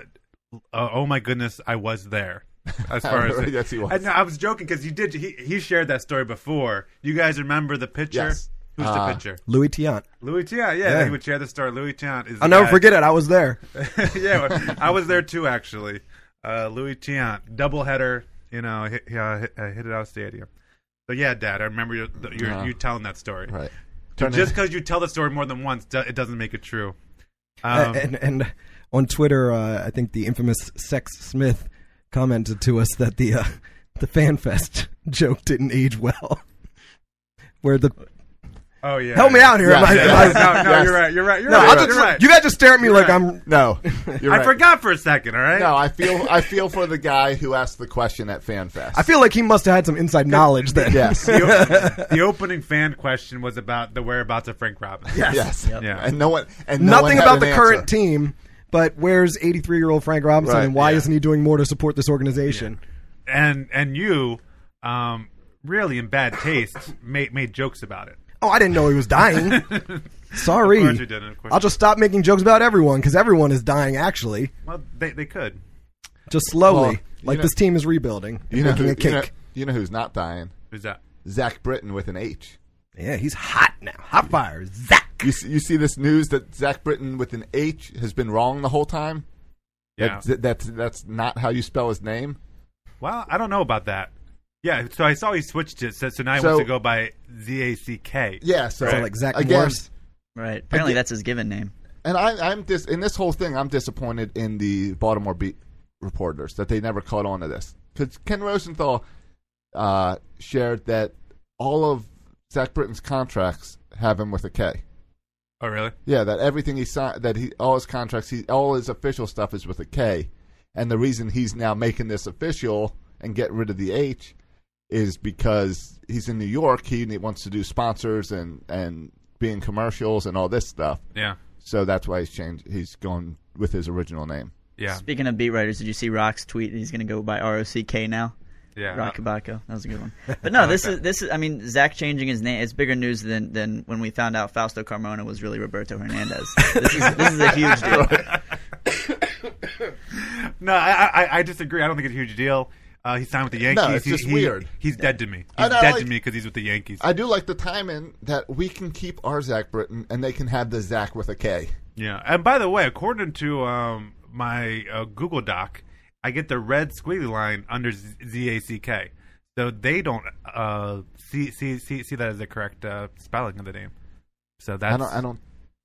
C: uh, "Oh my goodness, I was there." as far as
E: Yes, he was.
C: I, no, I was joking because you did. He, he shared that story before. You guys remember the pitcher?
E: Yes.
C: Who's
E: Uh,
C: the pitcher?
H: Louis Tiant.
C: Louis Tiant. Yeah, he would share the story. Louis Tiant is.
H: I'll never forget it. I was there.
C: it. [LAUGHS] yeah, well, I was there too actually. Uh, Louis Tiant, doubleheader. You know, hit, he, uh, hit, uh, hit it out stadium. So yeah, Dad, I remember you your,
E: Yeah.
C: you telling that story.
E: Right.
C: But Just because you tell the story more than once, do- it doesn't make it true. Um,
H: [LAUGHS] and, and on Twitter, uh, I think the infamous Sex Smith commented to us that the uh, [LAUGHS] the fan fest [LAUGHS] joke didn't age well. [LAUGHS] Where the
C: oh yeah,
H: help me out here?
E: [LAUGHS] Yeah,
H: am I-
E: yeah,
H: am I-
E: yeah.
H: [LAUGHS]
C: no, no,
E: Yes.
C: you're right. You're right. You're
E: No,
C: right.
E: I'll
C: you're
E: just-
C: right.
H: You guys just stare at me
C: You're
H: like
C: right.
H: I'm. [LAUGHS]
E: no, you're
C: I
E: right.
C: forgot for a second. All right.
E: No, I feel I feel for the guy who asked the question at FanFest.
H: I feel like he must have had some inside knowledge
E: [LAUGHS]
H: then. [LAUGHS]
E: yes,
C: the,
E: [LAUGHS]
C: the opening fan question was about the whereabouts of Frank Robinson.
E: yes,
C: Yeah.
E: and no one and no one
H: Nothing
E: had
H: about
E: an
H: the
E: answer.
H: current team, but where's 83 year old Frank Robinson
E: Right,
H: and why
E: yeah.
H: isn't he doing more to support this organization?
C: And and you, um, really in bad taste, made made jokes about it.
H: Oh, I didn't know he was dying. Sorry.
C: [LAUGHS] Of course you didn't. Of course.
H: I'll just stop making jokes about everyone because everyone is dying actually,
C: Well, they they could.
H: just slowly.
E: Well, you
H: like
E: know-
H: this team is rebuilding, and
E: You know,
H: making
E: who,
H: a
E: you know,
H: cake.
E: you know who's not dying?
C: Who's that?
E: Zach Britton with an H.
H: Yeah, he's hot now. Hot fire, Zach.
E: You see, you see this news that Zach Britton with an H has been wrong the whole time.
C: Yeah.
E: That, that's that's not how you spell his name.
C: Well, I don't know about that. Yeah. So I saw he switched it. So, so now he
E: So-
C: wants to go by Z A C K.
E: Yeah, so,
H: So like Zach
E: again,
H: Morris.
G: Right. Apparently,
E: Again-
G: that's his given name.
E: And I, I'm dis in this whole thing. I'm disappointed in the Baltimore beat reporters that they never caught on to this because Ken Rosenthal uh, shared that all of Zach Britton's contracts have him with a K.
C: Oh really?
E: Yeah, that everything he signed, that he all his contracts, he all his official stuff is with a K, and the reason he's now making this official and get rid of the H is because he's in New York. He wants to do sponsors and and being commercials and all this stuff.
C: Yeah.
E: So that's why he's changed. He's going with his original name.
C: Yeah.
G: Speaking of beat writers, did you see Rock's tweet? He's going to go by R O C K now.
C: Yeah.
G: Rock Kabako. That was a
C: [LAUGHS]
G: good one. But no, this is this is. I mean, Zach changing his name is bigger news than than when we found out Fausto Carmona was really
C: [LAUGHS]
G: Roberto Hernandez. this is this is a huge deal.
C: No, I, I I disagree. I don't think it's a huge deal. Uh, he signed with the Yankees.
E: it's
C: He-
E: just
C: he-
E: weird.
C: He's dead to me.
E: I
C: He's
E: know,
C: dead
E: like-
C: to me because he's with the Yankees.
E: I do like the timing that we can keep our Zach Britton and they can have the Zach with a K.
C: Yeah, and by the way, according to um, my uh, Google Doc, I get the red squiggly line under Z- ZACK, so they don't uh, see, see see see that as the correct uh, spelling of the name. So that's
E: I don't. I don't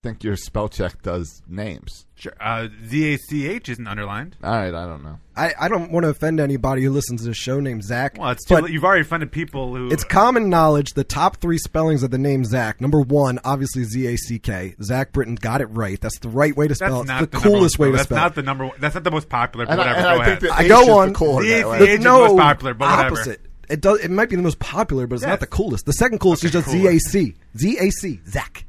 E: think your spell check does names.
C: Sure. Uh, ZACH isn't underlined.
E: All right, I don't know.
H: I, I don't want to offend anybody who listens to the show named Zach.
C: Well, it's too,
H: but
C: late. you've already offended people who.
H: it's common knowledge the top three spellings of the name Zach. Number one, obviously Z A C K. Zach Britton got it right. That's the right way to
C: that's
H: spell. it.
C: not
H: It's the,
C: number
H: coolest
C: one-
H: way to
C: That's
H: spell.
C: not
H: it.
C: the number. one- That's not the most popular. But
E: And I,
C: whatever.
E: and
C: go
E: I think
C: ahead.
E: the
H: I
E: H
H: go
E: is
H: on-
E: the cooler.
C: The
E: that
C: ACH
E: way.
C: is
H: no,
C: most popular, but whatever.
H: opposite. It does. It might be the most popular, but it's
C: Yes.
H: not the coolest. The second coolest is just
C: cooler.
H: ZAC. ZAC. Zach.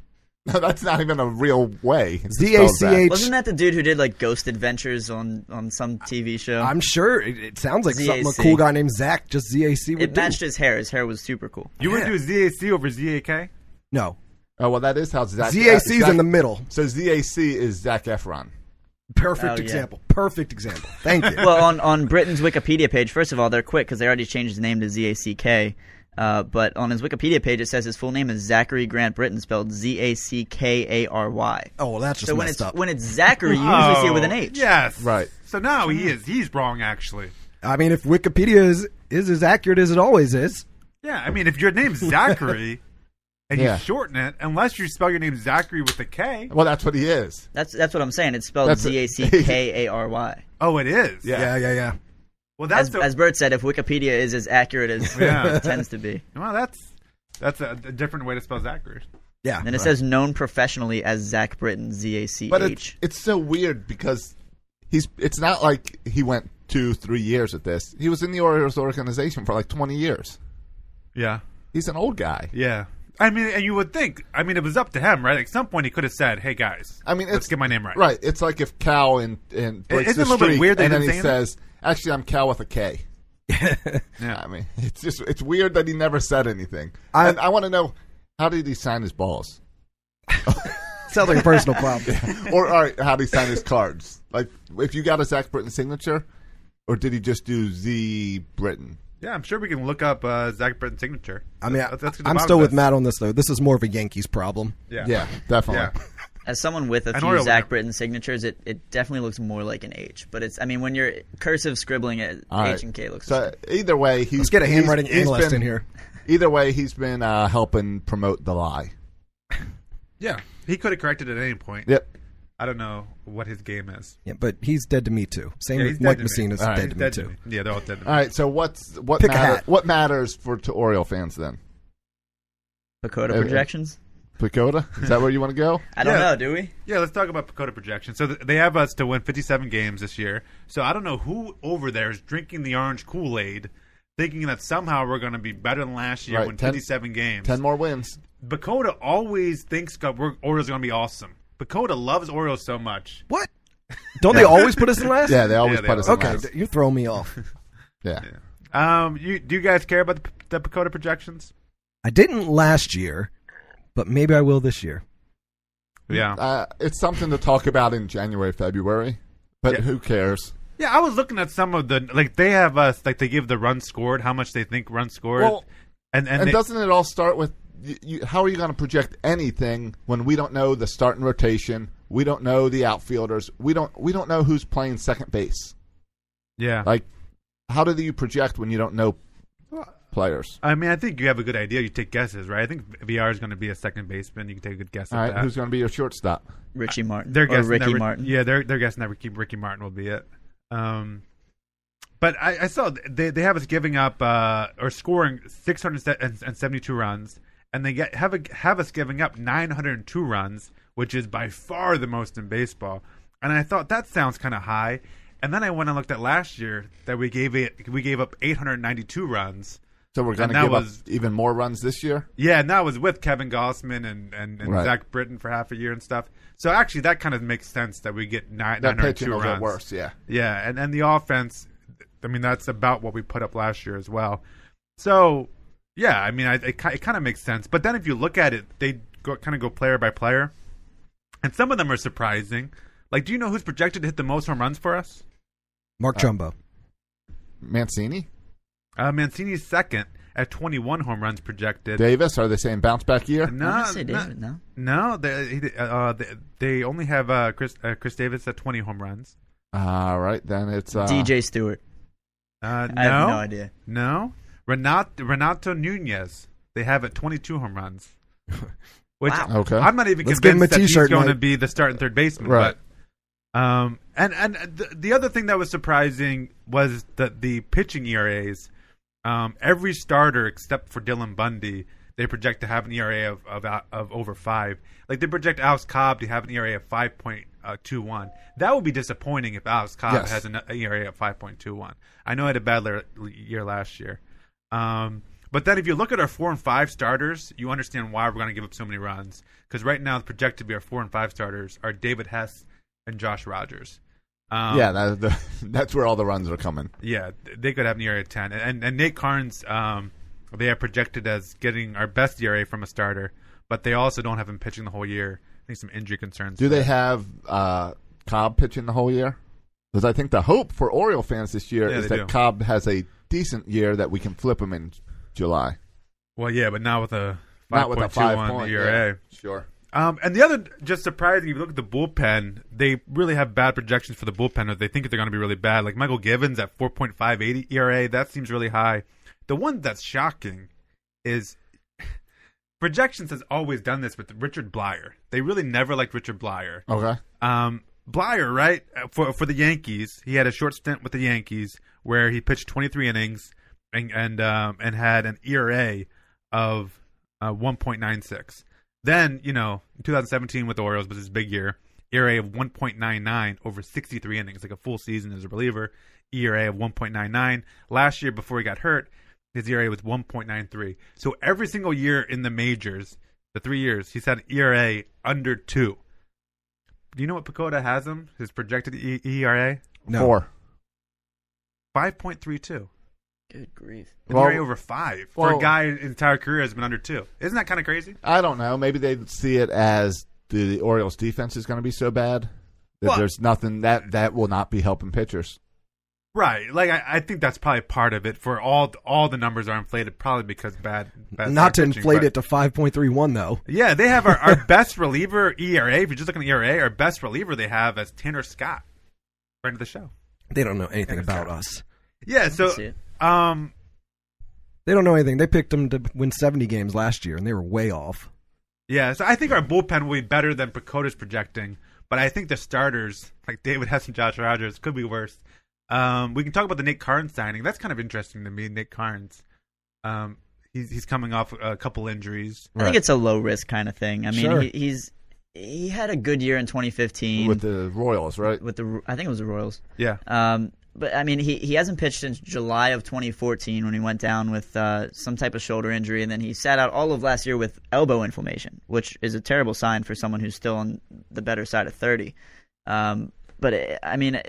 E: No, that's not even a real way. to
H: Z A C
E: spell Zach.
H: H.
G: Wasn't that the dude who did like Ghost Adventures on on some TV show?
H: I'm sure it, it sounds like something a
G: ZAC.
H: cool guy named Zach just ZAC would
G: it
H: do.
G: matched his hair. His hair was super cool.
C: you would do ZAC over ZAK.
H: No,
E: Oh well, that is how Zach.
H: ZAC's
E: Zach-
H: in the middle.
E: So ZAC is Zach Efron.
H: Perfect
G: Oh, yeah.
H: example. Perfect example. Thank you.
G: [LAUGHS] well, on, on Britain's Wikipedia page, first of all, they're quick because they already changed his name to Z A C K. Uh, but on his Wikipedia page, it says his full name is Zachary Grant Britton, spelled Z A C K A R Y.
H: oh, well, that's just
G: So when
H: messed
G: it's
H: up.
G: when it's Zachary, you usually see it with an
C: Oh,
G: H.
C: Yes.
E: Right.
C: So now he is. He's wrong, actually.
H: I mean, if Wikipedia is is as accurate as it always is,
C: Yeah, I mean, if your
G: [LAUGHS]
C: name's Zachary and
E: Yeah.
C: you shorten it, unless you spell your name Zachary with a K.
E: Well, that's what he is.
G: That's that's what I'm saying. It's spelled
E: That's a-
G: Z A C K A R Y.
C: Oh, it is.
E: Yeah.
H: yeah, yeah, yeah.
C: Well, that's
G: As,
C: a,
G: as Bert said, if Wikipedia is as accurate as
C: Yeah.
G: it tends to be,
C: well, that's that's a, a different way to spell Zachary.
H: Yeah.
G: then it says known professionally as Zach Britton, Z A C
E: But it's
G: H.
E: it's so weird because he's. It's not like he went two, three years at this. He was in the Orioles organization for like twenty years.
C: Yeah.
E: He's an old guy.
C: Yeah. I mean, and you would think. I mean, it was up to him, right? At some point, he could have said, "Hey guys,
E: I mean,
C: let's
E: it's,
C: get my name right."
E: Right. It's like if Cal and and breaks
C: isn't
E: the
C: it a little bit
E: streak
C: weird that
E: and
C: he
E: then he
C: didn't say anything?
E: says, "Actually, I'm Cal with a K.
C: Yeah.
E: I mean, [LAUGHS] it's just it's weird that he never said anything.
H: I-
E: and I want to know how did he sign his
H: [LAUGHS]
E: balls,
H: [LAUGHS] Sounds like a
C: [LAUGHS]
H: personal problem.
E: or all right, how did he sign his cards? Like if you got a Zach Britton signature, or did he just do Z Britain?
C: Yeah, I'm sure we can look up uh, Zach Britton's signature.
H: I mean,
C: Let's- let's get to the
H: I'm
C: bottom
H: still
C: of
H: with
C: this.
H: Matt on this though. This is more of a Yankees problem.
C: Yeah.
E: definitely.
C: Yeah.
G: As someone with a
C: And
G: few
C: Oriole
G: Zach
C: winner.
G: Britton signatures, it, it definitely looks more like an H. But it's I mean when you're cursive scribbling it,
E: All right.
G: H and K looks.
E: so either way, he's
H: Let's get a
E: he's-
H: handwriting
E: he's
H: analyst
E: been-
H: in here.
E: [LAUGHS] Either way, he's been uh, helping promote the lie.
C: Yeah. He could have corrected it at any point.
E: Yep.
C: I don't know what his game is.
H: Yeah, but he's dead to me too. Same
C: Yeah,
H: with
C: he's dead
H: Mike
C: to me.
H: Messina's
E: All right.
H: dead
C: He's
H: to
C: dead
H: me
C: to
H: too.
C: me. Yeah, they're all dead to me.
E: All right. So what's what
H: Pick a
E: matter,
H: hat.
E: what matters for to Oriole fans then?
G: Pacoda
E: Okay.
G: projections.
E: Pagoda? Is that where you want to go?
G: I don't
C: Yeah.
G: know. Do we?
C: Yeah, let's talk about Pacoda projections. So th- they have us to win 57 games this year. So I don't know who over there is drinking the orange Kool Aid, thinking that somehow we're going to be better than last year,
E: Right,
C: win
E: ten-
C: 57 games.
E: Ten more wins.
C: Bacoda always thinks that we're, Orioles are going to be awesome. Bacoda loves Orioles so much.
H: What? Don't they always put us in last?
E: Yeah, they always
C: [LAUGHS] Yeah, they
E: put us in
H: Okay,
E: last.
H: th- you throw me off.
E: Yeah.
C: Um, you do you guys care about the, P- the Pacoda projections?
H: I didn't last year, but maybe I will this year.
C: Yeah,
E: Uh, it's something to talk about in January, February, but
C: Yeah.
E: who cares?
C: yeah. I was looking at some of the like they have us like they give the run scored, how much they think run scored,
E: Well,
C: and and,
E: And,
C: they-
E: doesn't it all start with you, you, how are you going to project anything when we don't know the starting rotation? We don't know the outfielders. We don't we don't know who's playing second base.
C: yeah.
E: Like, how do you project when you don't know players?
C: I mean, I think you have a good idea. You take guesses, right? I think VR is going to be a second baseman. You can take a good guess
E: All
C: at
E: right,
C: that.
E: who's going to be your shortstop?
G: Richie Martin.
C: they're
G: or
C: guessing
G: Ricky
C: that Ri-
G: Martin.
C: Yeah, they're they're guessing that Ricky, Ricky Martin will be it. Um, but I, I saw th- they they have us giving up uh, or scoring six hundred and seventy two runs, and they get have a, have us giving up nine hundred and two runs, which is by far the most in baseball. And I thought that sounds kind of high. And then I went and looked at last year that we gave it we gave up eight hundred ninety two runs.
E: So we're going
C: And
E: to
C: that
E: give
C: was-
E: up even more runs this year.
C: Yeah, and that was with Kevin Gossman and, and, and
E: Right.
C: Zach Britton for half a year and stuff. So actually, that kind of makes sense that we get nine,
E: That pitching
C: 902
E: will
C: runs.
E: get worse. Yeah.
C: Yeah, and, and the offense, I mean, that's about what we put up last year as well. So, yeah, I mean, I, it, ki- it kind of makes sense. But then if you look at it, they go, kind of go player by player, and some of them are surprising. Like, do you know who's projected to hit the most home runs for us?
H: Mark Trumbo.
E: Mancini,
C: Uh, Mancini's second at 21 home runs projected.
E: Davis. Are they saying bounce back year?
C: no,
G: I would say
C: no-
G: David, no?
C: No, they he- uh, they, they only have uh, Chris uh, Chris Davis at twenty home runs.
E: All right, then it's uh,
G: DJ Stewart.
C: Uh, no,
G: I have no idea.
C: No, Renato Renato Nunez they have at twenty two home
G: [LAUGHS]
C: runs. Which
G: Wow.
E: Okay.
C: I'm not even
H: Let's give him
C: convinced
H: a
C: that he's
H: t-shirt,
C: going to
H: Mike.
C: be the starting third baseman.
E: Right.
C: But, um, and and the, the other thing that was surprising was that the pitching ERAs. Um, every starter except for Dylan Bundy, they project to have an ERA of of, uh, of over five. Like they project Alex Cobb to have an ERA of five point uh, two one. That would be disappointing if Alex Cobb
E: Yes.
C: has an, an ERA of five point two one. I know I had a bad le- year last year, um, but then if you look at our four and five starters, you understand why we're going to give up so many runs. Because right now, projected to be our four and five starters are David Hess and Josh Rogers. Um,
E: yeah, that, [LAUGHS] the, that's where all the runs are coming.
C: yeah, th- they could have an ERA of ten. And and Nate Carnes, um, they are projected as getting our best ERA from a starter, but they also don't have him pitching the whole year. I think some injury concerns.
E: Do they have uh, Cobb pitching the whole year? Because I think the hope for Oriole fans this year
C: Yeah,
E: is
C: they
E: that
C: do.
E: Cobb has a decent year that we can flip him in July.
C: Well, yeah, but not with a
E: Not with a five point
C: ERA.
E: yeah. Sure.
C: Um, and the other just surprising, if you look at the bullpen, they really have bad projections for the bullpen. Or they think they're going to be really bad. Like Michael Givens at 4.58 ERA, E that seems really high. The one that's shocking is [SIGHS] projections has always done this with Richard Blyer. They really never liked Richard Blyer.
E: Okay.
C: Um, Blyer, right uh, for for the Yankees, he had a short stint with the Yankees where he pitched 23 innings and and um, and had an ERA of uh, 1.96. Then you know, in 2017 with the Orioles was his big year. ERA of 1.99 over 63 innings, like a full season as a reliever. ERA of 1.99. Last year before he got hurt, his ERA was 1.93. So every single year in the majors, the three years, he's had an ERA under two. Do you know what Pacoda has him? His projected e- ERA
H: No.
E: Four.
C: five point three two.
G: Good grief.
C: An
E: Well-
C: ERA over five for
E: well-
C: a guy his entire career has been under two. Isn't that kind of crazy?
E: I don't know. Maybe they see it as the, the Orioles' defense is going to be so bad that
C: Well-
E: there's nothing that that will not be helping pitchers.
C: Right. Like I, I think that's probably part of it. For all all the numbers are inflated, probably because bad. bad
H: Not to
C: pitching,
H: inflate
C: but-
H: it to 5.31, though.
C: Yeah, they have our, our
H: [LAUGHS]
C: best reliever ERA. If you're just looking at ERA, E our best reliever they have as Tanner Scott, friend of the show.
H: They don't know anything
C: Yeah,
H: about
C: exactly.
H: us.
C: Yeah. So,
G: see it.
C: um,
H: They don't know anything. They picked them to win 70 games last year, and they were way off.
C: yeah. So I think our bullpen will be better than Pacoda's projecting, but I think the starters like David Hess and Josh Rogers could be worse. Um, we can talk about the Nick Carnes signing. That's kind of interesting to me. Nick Carnes. Um, he's he's coming off a couple injuries.
G: I think it's a low risk kind of thing. I mean,
H: Sure.
G: he, he's he had a good year in 2015
E: with the Royals, right?
G: with the I think it was the Royals.
C: Yeah.
G: Um, but I mean, he, he hasn't pitched since July of 2014 when he went down with uh, some type of shoulder injury, and then he sat out all of last year with elbow inflammation, which is a terrible sign for someone who's still on the better side of 30. Um, but it, I mean,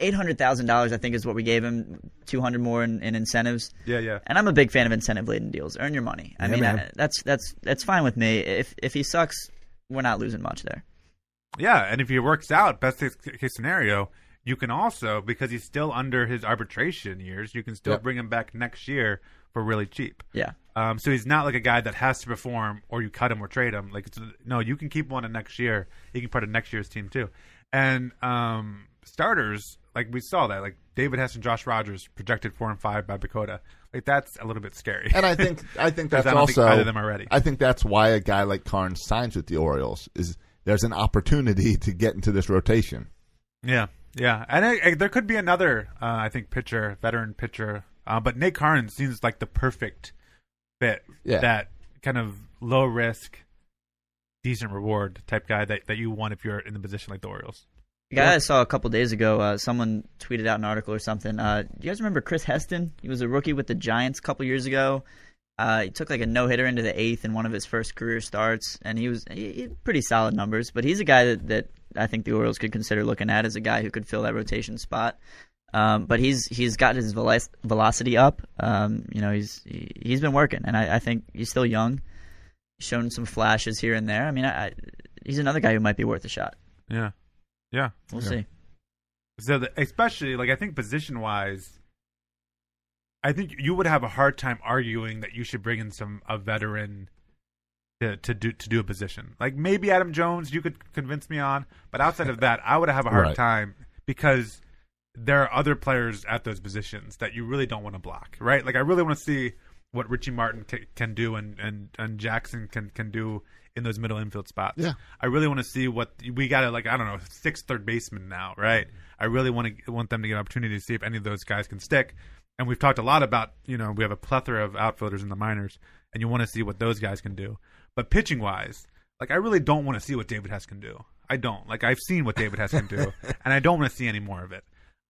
G: eight hundred thousand dollars I think is what we gave him, 200 more in, in incentives.
C: Yeah. Yeah.
G: And I'm a big fan of incentive laden deals. Earn your money. I
H: Yeah,
G: mean,
H: man.
G: I, that's that's that's fine with me. If if he sucks, we're not losing much there.
C: Yeah, and if he works out, best case case scenario, you can also because he's still under his arbitration years, you can still
E: Yep.
C: bring him back next year for really cheap.
G: Yeah.
C: Um, so he's not like a guy that has to perform or you cut him or trade him. Like it's, no, you can keep him on to next year. He can be part of next year's team too. And um, starters, like we saw that, like David Hess and Josh Rogers projected four and five by Bakota. Like that's a little bit scary.
E: And I think I think
C: 'Cause
E: that's
C: I don't think
E: also
C: either of them are ready.
E: I think that's why a guy like Carnes signs with the Orioles is there's an opportunity to get into this rotation.
C: [LAUGHS] Yeah, yeah, and I, I, there could be another. Uh, I think pitcher, veteran pitcher, uh, but Nate Carnes seems like the perfect fit.
E: Yeah.
C: That kind of low risk, decent reward type guy that, that you want if you're in the position like the Orioles.
G: The guy I saw a couple days ago, uh, someone tweeted out an article or something. Uh, do you guys remember Chris Heston? He was a rookie with the Giants a couple years ago. Uh, he took like a no hitter into the eighth in one of his first career starts, and he was he, he had pretty solid numbers. But he's a guy that, that I think the Orioles could consider looking at as a guy who could fill that rotation spot. Um, but he's he's got his velo- velocity up. Um, you know he's he, he's been working, and I, I think he's still young, shown some flashes here and there. I mean, I, I, he's another guy who might be worth a shot.
C: Yeah, yeah.
G: We'll see.
C: So the, especially like I think position wise, I think you would have a hard time arguing that you should bring in some a veteran to to do to do a position. Like maybe Adam Jones, you could convince me on, but outside of that, I would have a hard
E: Right.
C: time because there are other players at those positions that you really don't want to block, right? Like I really want to see what Richie Martin ca can do and, and and Jackson can can do in those middle infield spots.
E: Yeah.
C: I really want to see what we got to like I don't know, six third baseman now, right? I really want to want them to get an opportunity to see if any of those guys can stick. And we've talked a lot about, you know, we have a plethora of outfielders in the minors and you want to see what those guys can do. But pitching wise, like I really don't want to see what David Hess can do. I don't. Like I've seen what David Hess can do and I don't want to see any more of it.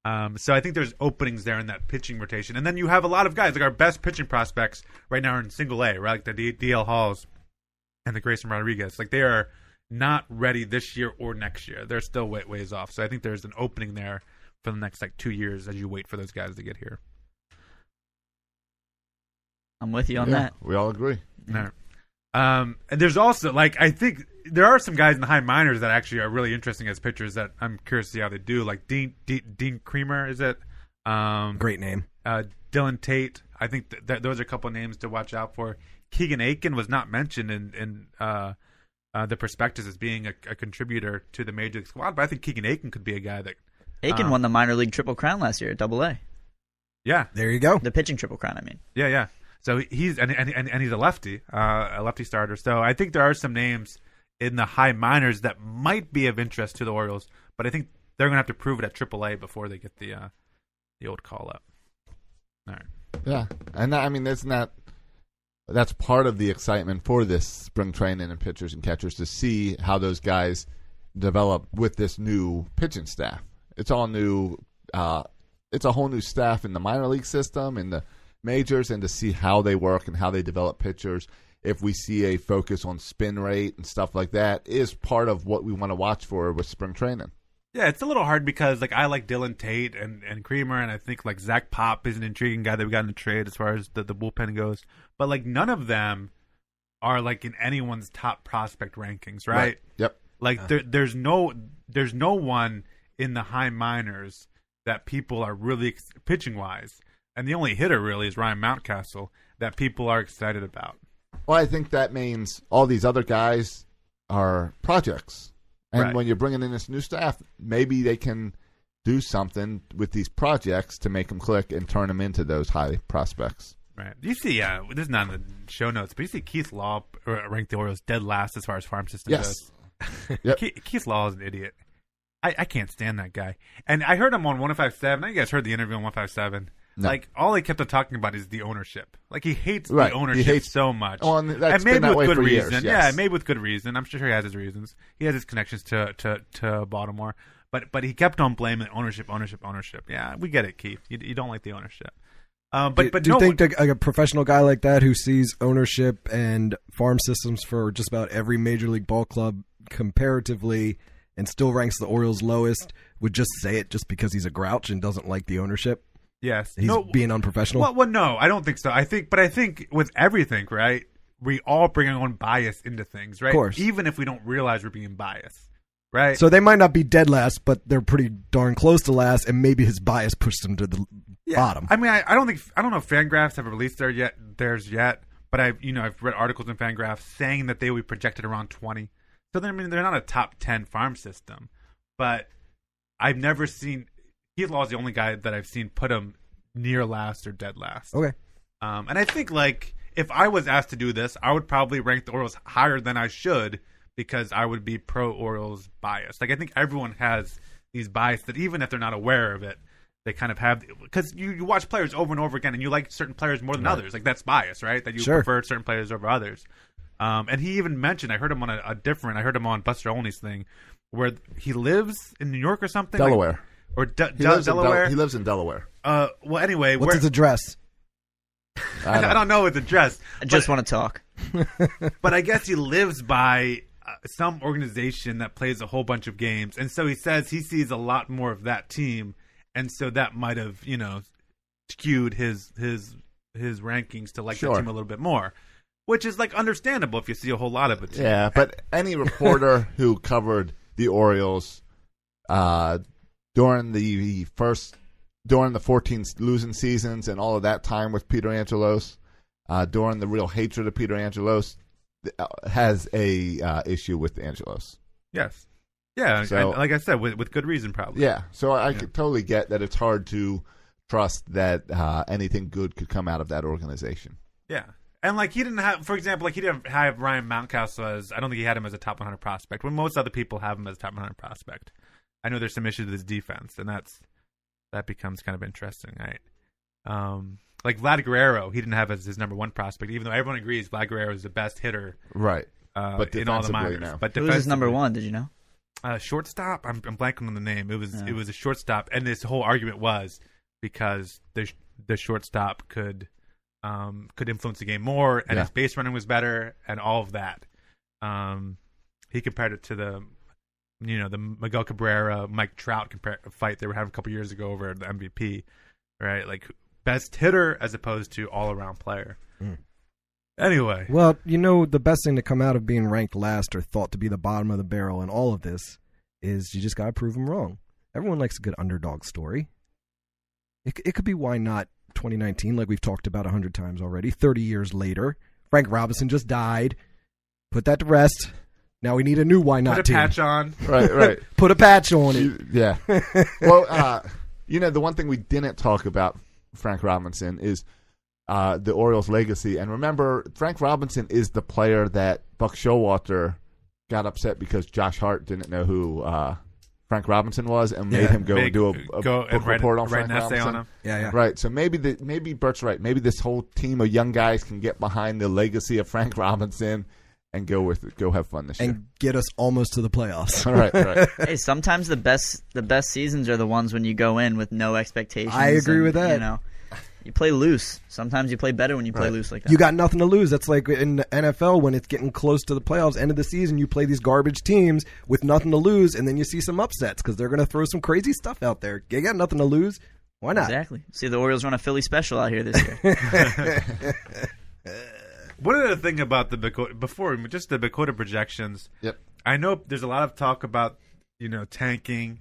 C: Um, so I think there's openings there in that pitching rotation, and then you have a lot of guys like our best pitching prospects right now are in Single A, right? Like the D- DL Halls and the Grayson Rodriguez. Like they are not ready this year or next year. They're still wait ways off. So I think there's an opening there for the next like two years as you wait for those guys to get here.
G: I'm with you on
E: Yeah,
G: that.
E: we all agree.
C: All right. Um, and there's also like I think there are some guys in the high minors that actually are really interesting as pitchers that I'm curious to see how they do. Like Dean Dean, Dean Creamer is it? Um,
H: Great name.
C: uh, Dylan Tate. I think th- th- those are a couple of names to watch out for. Keegan Aiken was not mentioned in in uh, uh, the prospectus as being a, a contributor to the major league squad, but I think Keegan Aiken could be a guy that,
G: Aiken
H: Uh,
C: Um,
G: won the minor league triple crown last year at Double A,
C: yeah,
H: There you go.
G: the pitching triple crown. I mean,
C: yeah, yeah. So he's and and and, and he's a lefty, uh, a lefty starter. So I think there are some names in the high minors that might be of interest to the Orioles, but I think they're going to have to prove it at AAA before they get the uh, the old call up. All right.
E: Yeah, and I mean, that's not. That's part of the excitement for this spring training and pitchers and catchers to see how those guys develop with this new pitching staff. It's all new. Uh, it's a whole new staff in the minor league system in the majors, and to see how they work and how they develop pitchers. If we see a focus on spin rate and stuff like that, is part of what we want to watch for with spring training.
C: Yeah, it's a little hard because like I like Dylan Tate and and Creamer, and I think like Zach Pop is an intriguing guy that we got in the trade as far as the, the bullpen goes. But like none of them are like in anyone's top prospect rankings, right?
E: Yep.
C: Like there, there's no there's no one in the high minors that people are really ex- pitching wise, and the only hitter really is Ryan Mountcastle that people are excited about.
E: Well, I think that means all these other guys are projects. And
C: Right.
E: when you're bringing in this new staff, maybe they can do something with these projects to make them click and turn them into those high prospects.
C: Right. You see, uh, this is not in the show notes, but you see Keith Law uh, ranked the Orioles dead last as far as farm system
E: Yes.
C: goes.
E: Yep.
C: Keith, Keith Law is an idiot. I, I can't stand that guy. And I heard him on 157. I think you guys heard the interview on 157.
E: No.
C: Like, all he kept on talking about is the ownership. Like, he hates
E: Right.
C: the
E: He
C: ownership
E: hates-
C: so much.
E: Well, and that's
C: and maybe
E: been that
C: with
E: way
C: good
E: for years,
C: reason.
E: yes.
C: Yeah, maybe with good reason. I'm sure he has his reasons. He has his connections to, to, to Baltimore. But but he kept on blaming ownership, ownership, ownership. Yeah, we get it, Keith. You, you don't like the ownership. Uh, but
H: do,
C: but
H: do
C: no
H: you think
C: one-
H: that a professional guy like that who sees ownership and farm systems for just about every major league ball club comparatively and still ranks the Orioles lowest would just say it just because he's a grouch and doesn't like the ownership?
C: yes,
H: He's
C: no,
H: being unprofessional.
C: Well, well, no, I don't think so. I think, but I think with everything, right? We all bring our own bias into things, right?
H: course.
C: Even if we don't realize we're being biased, right?
H: so they might not be dead last, but they're pretty darn close to last, and maybe his bias pushed him to the bottom.
C: I mean, I, I don't think I don't know if Fangraphs have released their yet theirs yet, but I you know I've read articles in Fangraphs saying that they would be projected around twenty. So then I mean they're not a top ten farm system, but I've never seen Keith Law is the only guy that I've seen put him near last or dead last.
H: okay.
C: Um, and I think like if I was asked to do this, I would probably rank the Orioles higher than I should because I would be pro Orioles biased. Like I think everyone has these bias that even if they're not aware of it, they kind of have because you, you watch players over and over again and you like certain players more than others. Like that's bias, right? That you
H: Sure.
C: prefer certain players over others. Um, and he even mentioned I heard him on a, a different I heard him on Buster Olney's thing where he lives in New York or something like-
E: Delaware.
C: or De-
E: He
C: De-
E: lives in Del-
C: Delaware.
E: he lives in
C: [LAUGHS]
E: Delaware.
C: uh, well, anyway,
H: What's
C: where,
H: his address?
C: [LAUGHS] I, don't, know his address.
G: I just want to talk.
C: but I guess he lives by uh, some organization that plays a whole bunch of games, and so he says he sees a lot more of that team, and so that might have you know skewed his his his rankings to like
E: Sure.
C: that team a little bit more, which is like understandable if you see a whole lot of it.
E: Yeah, but any [LAUGHS] reporter who covered the Orioles uh, during the first during the 14 losing seasons and all of that time with Peter Angelos, uh, during the real hatred of Peter Angelos, th- uh, has a uh, issue with Angelos.
C: Yes. Yeah,
E: So-
C: and like I said, with, with good reason, probably.
E: Yeah, so I, I could totally get that it's hard to trust that uh, anything good could come out of that organization.
C: Yeah. And like he didn't have, for example, like he didn't have Ryan Mountcastle as I don't think he had him as a top 100 prospect. When most other people have him as a top 100 prospect. I know there's some issues with his defense, and that's that becomes kind of interesting, right? Um, like Vlad Guerrero, he didn't have as his number one prospect, even though everyone agrees Vlad Guerrero is the best hitter
E: Right.
C: uh,
E: But
C: in all the
E: defensively
C: minors.
E: now.
C: But
G: Who was his number
C: defensively-
G: one? Did
H: [LAUGHS]
G: you know?
C: uh, shortstop. I'm, I'm blanking on the name. It was
G: Yeah.
C: it was a shortstop, and this whole argument was because the sh- the shortstop could um, could influence the game more, and
E: Yeah.
C: his base running was better, and all of that. Um, he compared it to the you know the Miguel Cabrera Mike Trout compar- fight they were having a couple years ago over the MVP, right? Like best hitter as opposed to all around player.
E: Hmm.
C: Anyway,
H: Well, you know, the best thing to come out of being ranked last or thought to be the bottom of the barrel in all of this is you just got to prove them wrong. Everyone likes a good underdog story. It, c- it could be why not 2019, like we've talked about a hundred times already. 30 years later, Frank Robinson just died. Put that to rest. Now we need a new why not
C: put a
H: team.
C: patch on.
E: Right, [LAUGHS] right.
H: [LAUGHS] Put a patch on it.
E: You- yeah. well, uh, you know, the one thing we didn't talk about Frank Robinson is uh, the Orioles' legacy. And remember, Frank Robinson is the player that Buck Showalter got upset because Josh Hart didn't know who uh, Frank Robinson was and made
H: Yeah.
E: him go
C: Big-
E: do a, a
C: go
E: book
C: and write,
E: report on
C: write
E: Frank
C: an essay
E: Robinson.
C: on him.
H: [LAUGHS] Yeah, yeah.
E: Right. So maybe the maybe Bert's right. Maybe this whole team of young guys can get behind the legacy of Frank Robinson and go with go have fun this year.
H: And get us almost to the [LAUGHS] playoffs.
E: all right, right.
G: hey, sometimes the best the best seasons are the ones when you go in with no expectations.
H: I agree
G: and,
H: with that.
G: You know, you play loose. Sometimes you play better when you play
E: Right.
G: loose like that.
H: You got nothing to lose. That's like in the NFL when it's getting close to the playoffs, end of the season, you play these garbage teams with nothing to lose, and then you see some upsets because they're going to throw some crazy stuff out there. You got nothing to lose. Why not?
G: exactly. See, the Orioles run a Philly special out
H: [LAUGHS]
G: here this year.
C: One other thing about the Bakota, before just the Bakota projections,
E: Yep.
C: I know there's a lot of talk about you know tanking,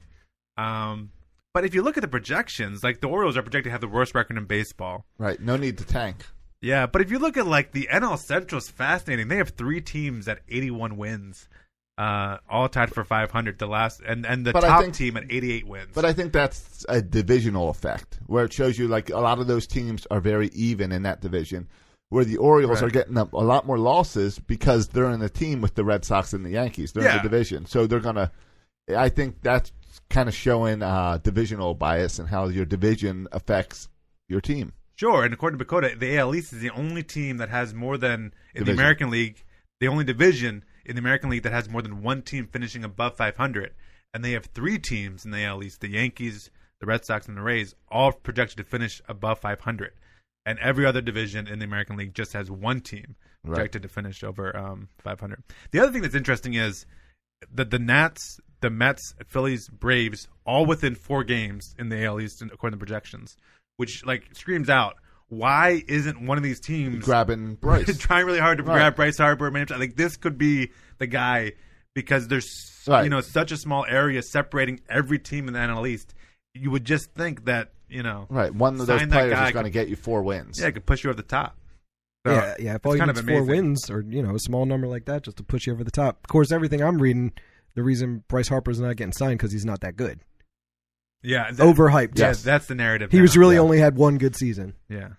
C: um, But if you look at the projections, like the Orioles are projected to have the worst record in baseball.
E: Right. No need to tank.
C: Yeah, but if you look at like the NL Central is fascinating. They have three teams at 81 wins, uh, all tied for 500. The last and and the
E: But I
C: top
E: think-
C: team at 88 wins.
E: But I think that's a divisional effect where it shows you like a lot of those teams are very even in that division, where the Orioles
C: Right.
E: are getting a, a lot more losses because they're in a team with the Red Sox and the Yankees. They're in
C: Yeah.
E: the division, so they're gonna. I think that's kind of showing uh, divisional bias and how your division affects your team.
C: Sure, and according to Bakota, the AL East is the only team that has more than in the
E: Division.
C: American League, the only division in the American League that has more than one team finishing above 500, and they have three teams in the AL East: the Yankees, the Red Sox, and the Rays, all projected to finish above 500, and every other division in the American League just has one team
E: Right.
C: projected to finish over um, 500. The other thing that's interesting is the the Nats, the Mets, Phillies, Braves, all within four games in the AL East according to projections, which like screams out, why isn't one of these teams
E: Grabbing Bryce.
C: [LAUGHS] trying really hard to
E: Right.
C: grab Bryce Harper? Man, like this could be the guy because there's
E: Right.
C: you know such a small area separating every team in the NL East. You would just think that you know
E: Right, one of those
C: sign that
E: players
C: guy
E: is going to
C: could-
E: get you four wins.
C: yeah could push you over the top. So,
H: yeah, yeah. If
C: it's
H: all you
C: kind
H: need
C: of
H: is four
C: amazing.
H: wins or you know a small number like that, just to push you over the top. Of course, everything I'm reading, the reason Bryce Harper's not getting signed because he's not that good.
C: yeah, that-
H: Overhyped.
C: Yeah,
E: Yes.
C: that's the narrative.
H: He
C: now.
H: was really
E: Yeah.
H: only had one good season.
C: yeah.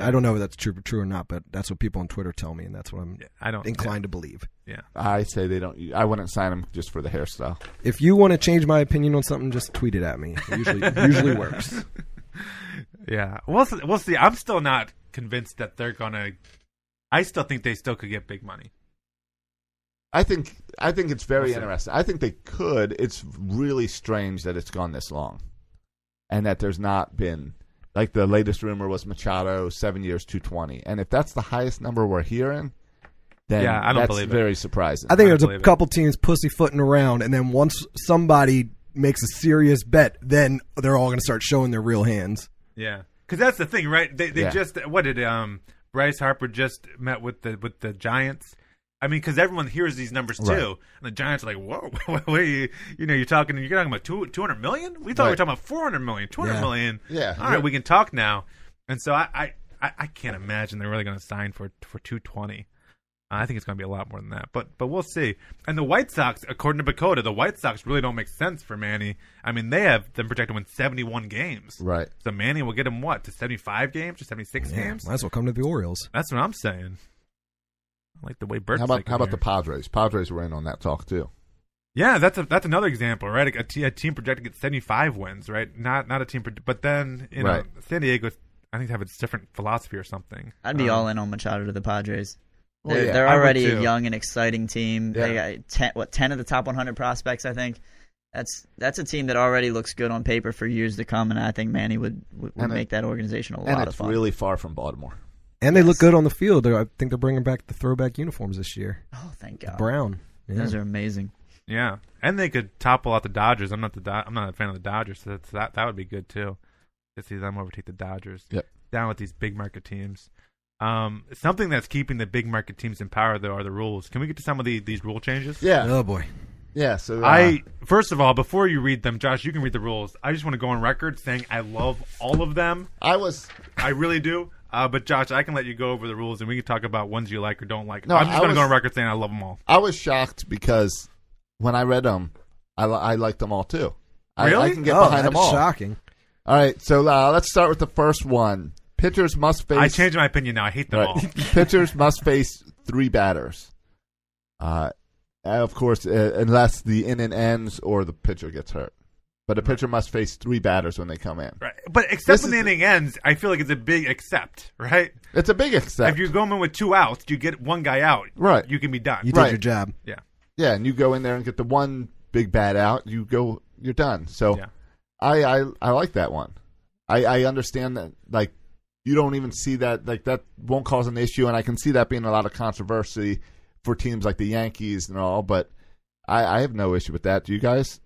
H: I don't know if that's true, true or not, but that's what people on Twitter tell me, and that's what I'm
C: Yeah, I don't
H: inclined to believe.
C: Yeah,
E: I say they don't. I wouldn't sign him just for the hairstyle.
H: If you want to change my opinion on something, just tweet it at me. It usually, usually works.
C: Yeah, we'll s- we'll see. I'm still not convinced that they're gonna. I still think they still could get big money.
E: I think I think it's very
C: We'll see.
E: interesting. I think they could. It's really strange that it's gone this long, and that there's not been like the latest rumor was Machado seven years two twenty, and if that's the highest number we're hearing, then
C: Yeah, I don't
E: that's
C: believe it.
E: very surprising.
H: I think
C: I
H: there's a
C: believe it.
H: couple teams pussyfooting around, and then once somebody makes a serious bet, then they're all going to start showing their real hands.
C: Yeah, because that's the thing, right? They they
E: Yeah.
C: just what did um Bryce Harper just met with the with the Giants. I mean, because everyone hears these numbers too,
E: Right.
C: and the Giants are like, "Whoa, [LAUGHS] wait, you, you know, you're talking, you're talking about two two hundred million. We thought we were
E: Right.
C: talking about four hundred million, two hundred
H: Yeah.
C: million.
E: Yeah.
C: all right, we can talk now." And so I I, I, I can't imagine they're really going to sign for for two twenty. I think it's going to be a lot more than that, but but we'll see. And the White Sox, according to Bakota, the White Sox really don't make sense for Manny. I mean, they have them projected to win seventy one games.
E: right.
C: So Manny will get him what to seventy five games or seventy six
H: Yeah,
C: games.
H: might as well come to the Orioles.
C: That's what I'm saying. I like the way Bert's
E: How about
C: thinking
E: how about
C: here.
E: the Padres? Padres were in on that talk too.
C: yeah? That's a, that's another example, right? A, te- a team projected to get seventy five wins, right? Not not a team, pro- but then you know
E: Right.
C: San Diego, I think they have a different philosophy or something.
G: I'd be
C: Um,
G: all in on Machado to the Padres.
E: Well,
G: they're,
E: Oh, yeah,
G: they're
C: I would
G: already
C: too.
G: a young and exciting team. They
E: Yeah.
G: got ten, what ten of the top 100 prospects, I think. That's that's a team that already looks good on paper for years to come, and I think Manny would would, would
E: And it-
G: make that organization a lot
E: and
G: of
E: it's
G: fun.
E: really far from Baltimore.
H: And they look good on the field. I think they're bringing back the throwback uniforms this year.
G: oh, thank God,
H: Brown. Yeah.
G: those are amazing.
C: Yeah, and they could topple out the Dodgers. I'm not the Do- I'm not a fan of the Dodgers, so that's, that that would be good too to see them overtake the Dodgers.
E: Yep.
C: down with these big market teams. Um, something that's keeping the big market teams in power though are the rules. Can we get to some of the, these rule changes?
E: Yeah,
H: Oh boy.
E: yeah. So uh,
C: I first of all, before you read them, Josh, you can read the rules. I just want to go on record saying I love all of them.
E: I was
C: I really do. Uh, but Josh, I can let you go over the rules, and we can talk about ones you like or don't like.
E: No,
C: I'm just
E: I
C: going to go
E: was-
C: on record saying I love them all.
E: I was shocked because when I read them, I li- I liked them all too. I, I
C: Really?
E: can get
H: oh,
E: behind
H: that
E: them
H: is
E: all.
H: shocking.
E: All right, so uh, let's start with the first one. Pitchers must face.
C: I changed my opinion now. I hate them
E: Right. [LAUGHS]
C: all.
E: Pitchers must face three batters. Uh, of course, uh, unless the inning ends or the pitcher gets hurt. But a pitcher must face three batters when they come in.
C: Right. But except
E: This
C: when the
E: is the-
C: inning ends, I feel like it's a big except, right?
E: It's a big except.
C: If you go in with two outs, you get one guy out.
E: Right.
C: You can be done.
H: You did
E: Right.
H: your job.
C: yeah.
E: yeah, and you go in there and get the one big bat out, you go, you're done. So
C: Yeah.
E: I, I I like that one. I, I understand that like you don't even see that like that won't cause an issue, and I can see that being a lot of controversy for teams like the Yankees and all. But I, I have no issue with that. Do you guys?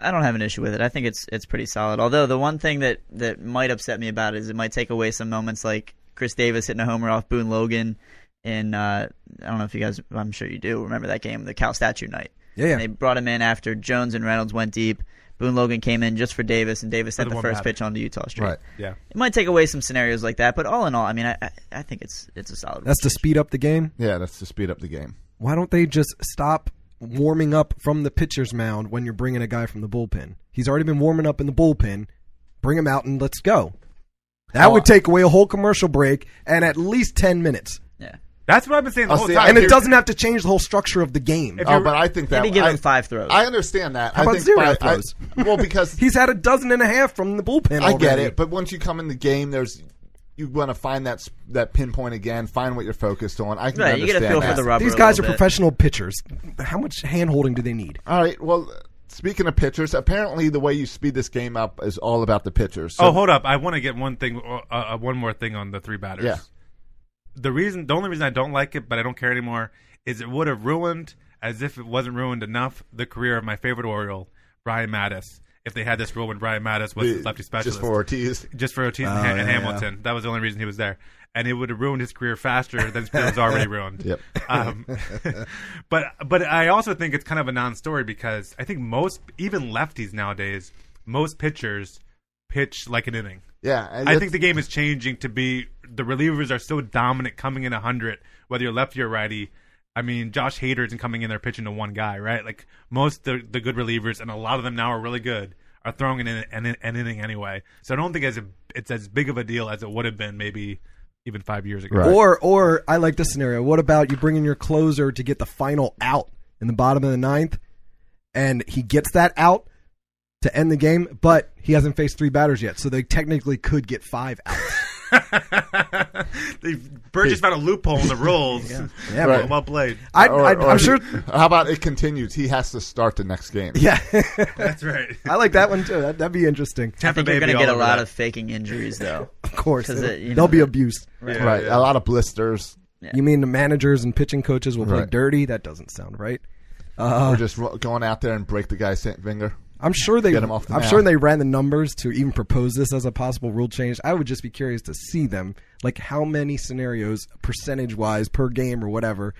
G: I don't have an issue with it. I think it's it's pretty solid. Although the one thing that that might upset me about it is it might take away some moments like Chris Davis hitting a homer off Boone Logan, and uh, I don't know if you guys, I'm sure you do remember that game, the Cal Statue night.
H: Yeah, yeah.
G: And they brought him in after Jones and Reynolds went deep. Boone Logan came in just for Davis, and Davis
C: Other
G: sent the
C: one
G: first
C: batted.
G: pitch onto Utah Street.
H: Right.
C: Yeah.
G: It might take away some scenarios like that, but all in all, I mean, I I, I think it's it's a solid.
H: That's to speed up the game.
E: Yeah, that's to speed up the game.
H: Why don't they just stop warming up from the pitcher's mound when you're bringing a guy from the bullpen? He's already been warming up in the bullpen. Bring him out and let's go. That
E: Oh,
H: would
E: I-
H: take away a whole commercial break and at least 10 minutes.
G: yeah.
C: That's what I've been saying the
E: I'll
C: whole
E: see-
C: time.
H: And it
E: Dude.
H: doesn't have to change the whole structure of the game.
C: If
E: Oh,
C: you're-
E: but I think that
G: Maybe give
E: I,
G: him five throws.
E: I understand that.
H: How
E: I
H: about
E: think
H: zero
E: five, I-
H: throws?
E: well,
G: [LAUGHS]
E: because
H: [LAUGHS] He's had a dozen and a half from the bullpen.
E: I get
H: already.
E: it, but once you come in the game, there's you want to find that s- that pinpoint again, find what you're focused on. I can
G: Right, you get a
E: understand
G: feel
E: that.
G: for the rubber.
H: These
G: a
H: guys are
G: little bit.
H: professional pitchers. How much hand holding do they need?
E: All right. Well, speaking of pitchers, apparently the way you speed this game up is all about the pitchers. So
C: oh, hold up. I want to get one thing, uh, uh, one more thing on the three batters.
E: Yeah.
C: The reason, the only reason I don't like it, but I don't care anymore, is it would have ruined, as if it wasn't ruined enough, the career of my favorite Oriole, Ryan Mattis. If they had this rule when Ryan Mattis was his lefty specialist,
E: just for Ortiz.
C: just for Ortiz and, Ha- and Hamilton, that was the only reason he was there, and it would have ruined his career faster than his career was already ruined.
E: Yep.
C: Um, [LAUGHS] but but I also think it's kind of a non-story because I think most, even lefties nowadays, most pitchers pitch like an inning.
E: Yeah, and
C: I
E: it's-
C: think the game is changing to be the relievers are so dominant coming in 100, whether you're lefty or righty. I mean, Josh Hader isn't coming in there pitching to one guy, right? Like most the the good relievers, and a lot of them now are really good, are throwing an, in- an, in- an inning anyway. So I don't think as a, it's as big of a deal as it would have been maybe even five years ago.
E: Right.
H: Or, or I like this scenario. What about you bring in your closer to get the final out in the bottom of the ninth, and he gets that out to end the game, but he hasn't faced three batters yet, so they technically could get five out.
C: [LAUGHS] they Burgess found a loophole in the rules. yeah, well,
E: right.
C: well played.
H: I,
E: Or-
H: I,
E: or-
H: I'm sure.
E: How about it continues? He has to start the next game.
H: Yeah,
C: That's right.
H: [LAUGHS] I like that one too. That, that'd be interesting.
G: I
C: Tampa
G: think you're
C: Bay
G: going to
C: be
G: get a
C: all over
G: lot
C: that.
G: of faking
E: [LAUGHS]
G: injuries, though.
H: Of course,
G: 'Cause it- you know,
H: they'll be
G: that-
H: abused.
C: Yeah,
E: right.
C: yeah.
E: A lot of blisters.
H: You mean the managers and pitching coaches will play
E: Right.
H: dirty? That doesn't sound right. Uh.
E: Or just ro- going out there and break the guy's finger.
H: I'm sure they.
E: Get 'em off the
H: I'm
E: mound.
H: sure they ran the numbers to even propose this as a possible rule change. I would just be curious to see them, like how many scenarios, percentage wise, per game or whatever,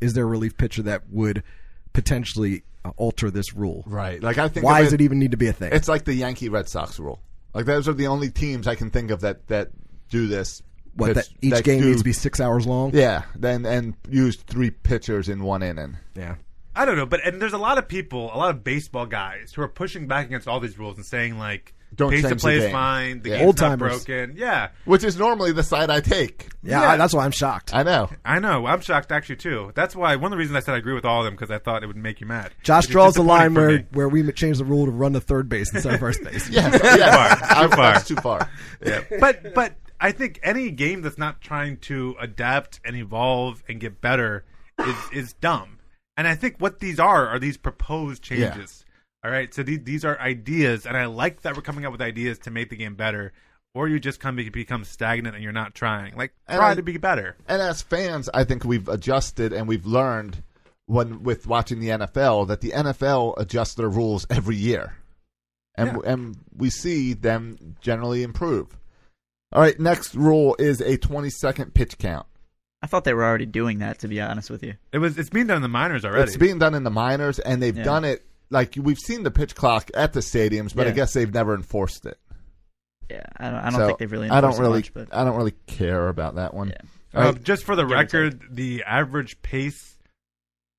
H: is there a relief pitcher that would potentially uh, alter this rule?
E: Right. Like I think.
H: Why
E: of
H: does it even need to be a thing?
E: It's like the Yankee Red Sox rule. Like those are the only teams I can think of that that do this.
H: What that
E: Pitch-
H: each
E: that
H: game
E: do-
H: needs to be six hours long.
E: Yeah. Then and use three pitchers in one inning.
H: yeah.
C: I don't know, but and there's a lot of people, a lot of baseball guys who are pushing back against all these rules and saying like,
E: Don't
C: pace to
E: change the
C: play is
E: game.
C: fine, the
E: Yeah.
C: game's not
H: Old-timers.
C: broken. Yeah,
E: Which is normally the side I take.
H: Yeah, I- that's why I'm shocked.
E: I know.
C: I know. I'm shocked actually too. That's why one of the reasons I said I agree with all of them because I thought it would make you mad.
H: Josh
C: Which is
H: draws the line
C: disappointing for
H: where,
C: me.
H: where we change the rule to run to third base instead
E: [LAUGHS]
H: of first base.
E: Yes. yes.
C: far. Too
E: I-
C: far.
E: That's too far. Yeah.
C: [LAUGHS] but but I think any game that's not trying to adapt and evolve and get better is is dumb. And I think what these are are these proposed
E: Yeah.
C: changes. All right, so these these are ideas, and I like that we're coming up with ideas to make the game better. Or you just come become stagnant and you're not trying. Like
E: And
C: try
E: I-
C: to be better.
E: And as fans, I think we've adjusted and we've learned when with watching the NFL that the NFL adjusts their rules every year, and and we see them generally improve. All right, next rule is a 20 second pitch count.
G: I thought they were already doing that, to be honest with you.
C: It was it's being done in the minors already.
E: It's being done in the minors, and they've
G: Yeah.
E: done it like we've seen the pitch clock at the stadiums, but I
G: Yeah.
E: guess they've never enforced it.
G: Yeah, I don't, I don't
E: So,
G: think they've really.
E: I don't
G: enforced it
E: really,
G: much, but
E: I don't really care about that one.
G: Yeah.
E: All
C: Uh,
E: right,
C: just for the
G: Give or
C: record, the average pace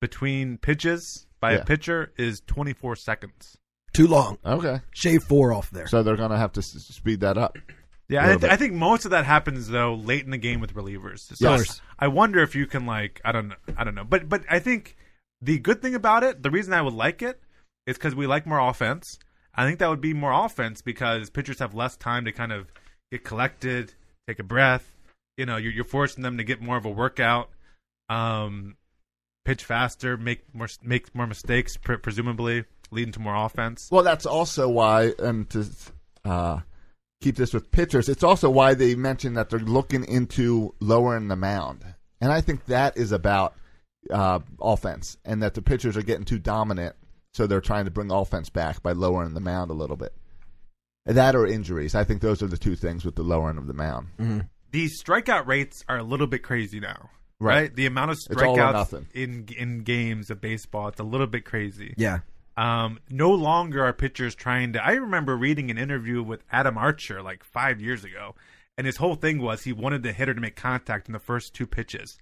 C: between pitches by
E: Yeah.
C: a pitcher is 24 seconds.
H: Too long.
E: okay,
H: Shave four off there.
E: so they're gonna have to s- speed that up.
C: Yeah,
E: Little
C: I, th-
E: bit.
C: I think most of that happens though late in the game with relievers. So
E: Yes.
C: I wonder if you can like I don't know, I don't know, but but I think the good thing about it, the reason I would like it, is because we like more offense. I think that would be more offense because pitchers have less time to kind of get collected, take a breath. You know, you're, you're forcing them to get more of a workout, um, pitch faster, make more make more mistakes, pre- presumably leading to more offense.
E: Well, that's also why, and to uh, keep this with pitchers, it's also why they mentioned that they're looking into lowering the mound, and I think that is about uh, offense, and that the pitchers are getting too dominant, so they're trying to bring offense back by lowering the mound a little bit. That or injuries. I think those are the two things with the lowering of the mound.
C: the strikeout rates are a little bit crazy now.
E: Right.
C: Right. The amount of
E: all or
C: strikeouts
E: nothing.
C: in in games of baseball, it's a little bit crazy.
H: Yeah.
C: Um, no longer are pitchers trying to. I remember reading an interview with Adam Archer like five years ago, and his whole thing was he wanted the hitter to make contact in the first two pitches,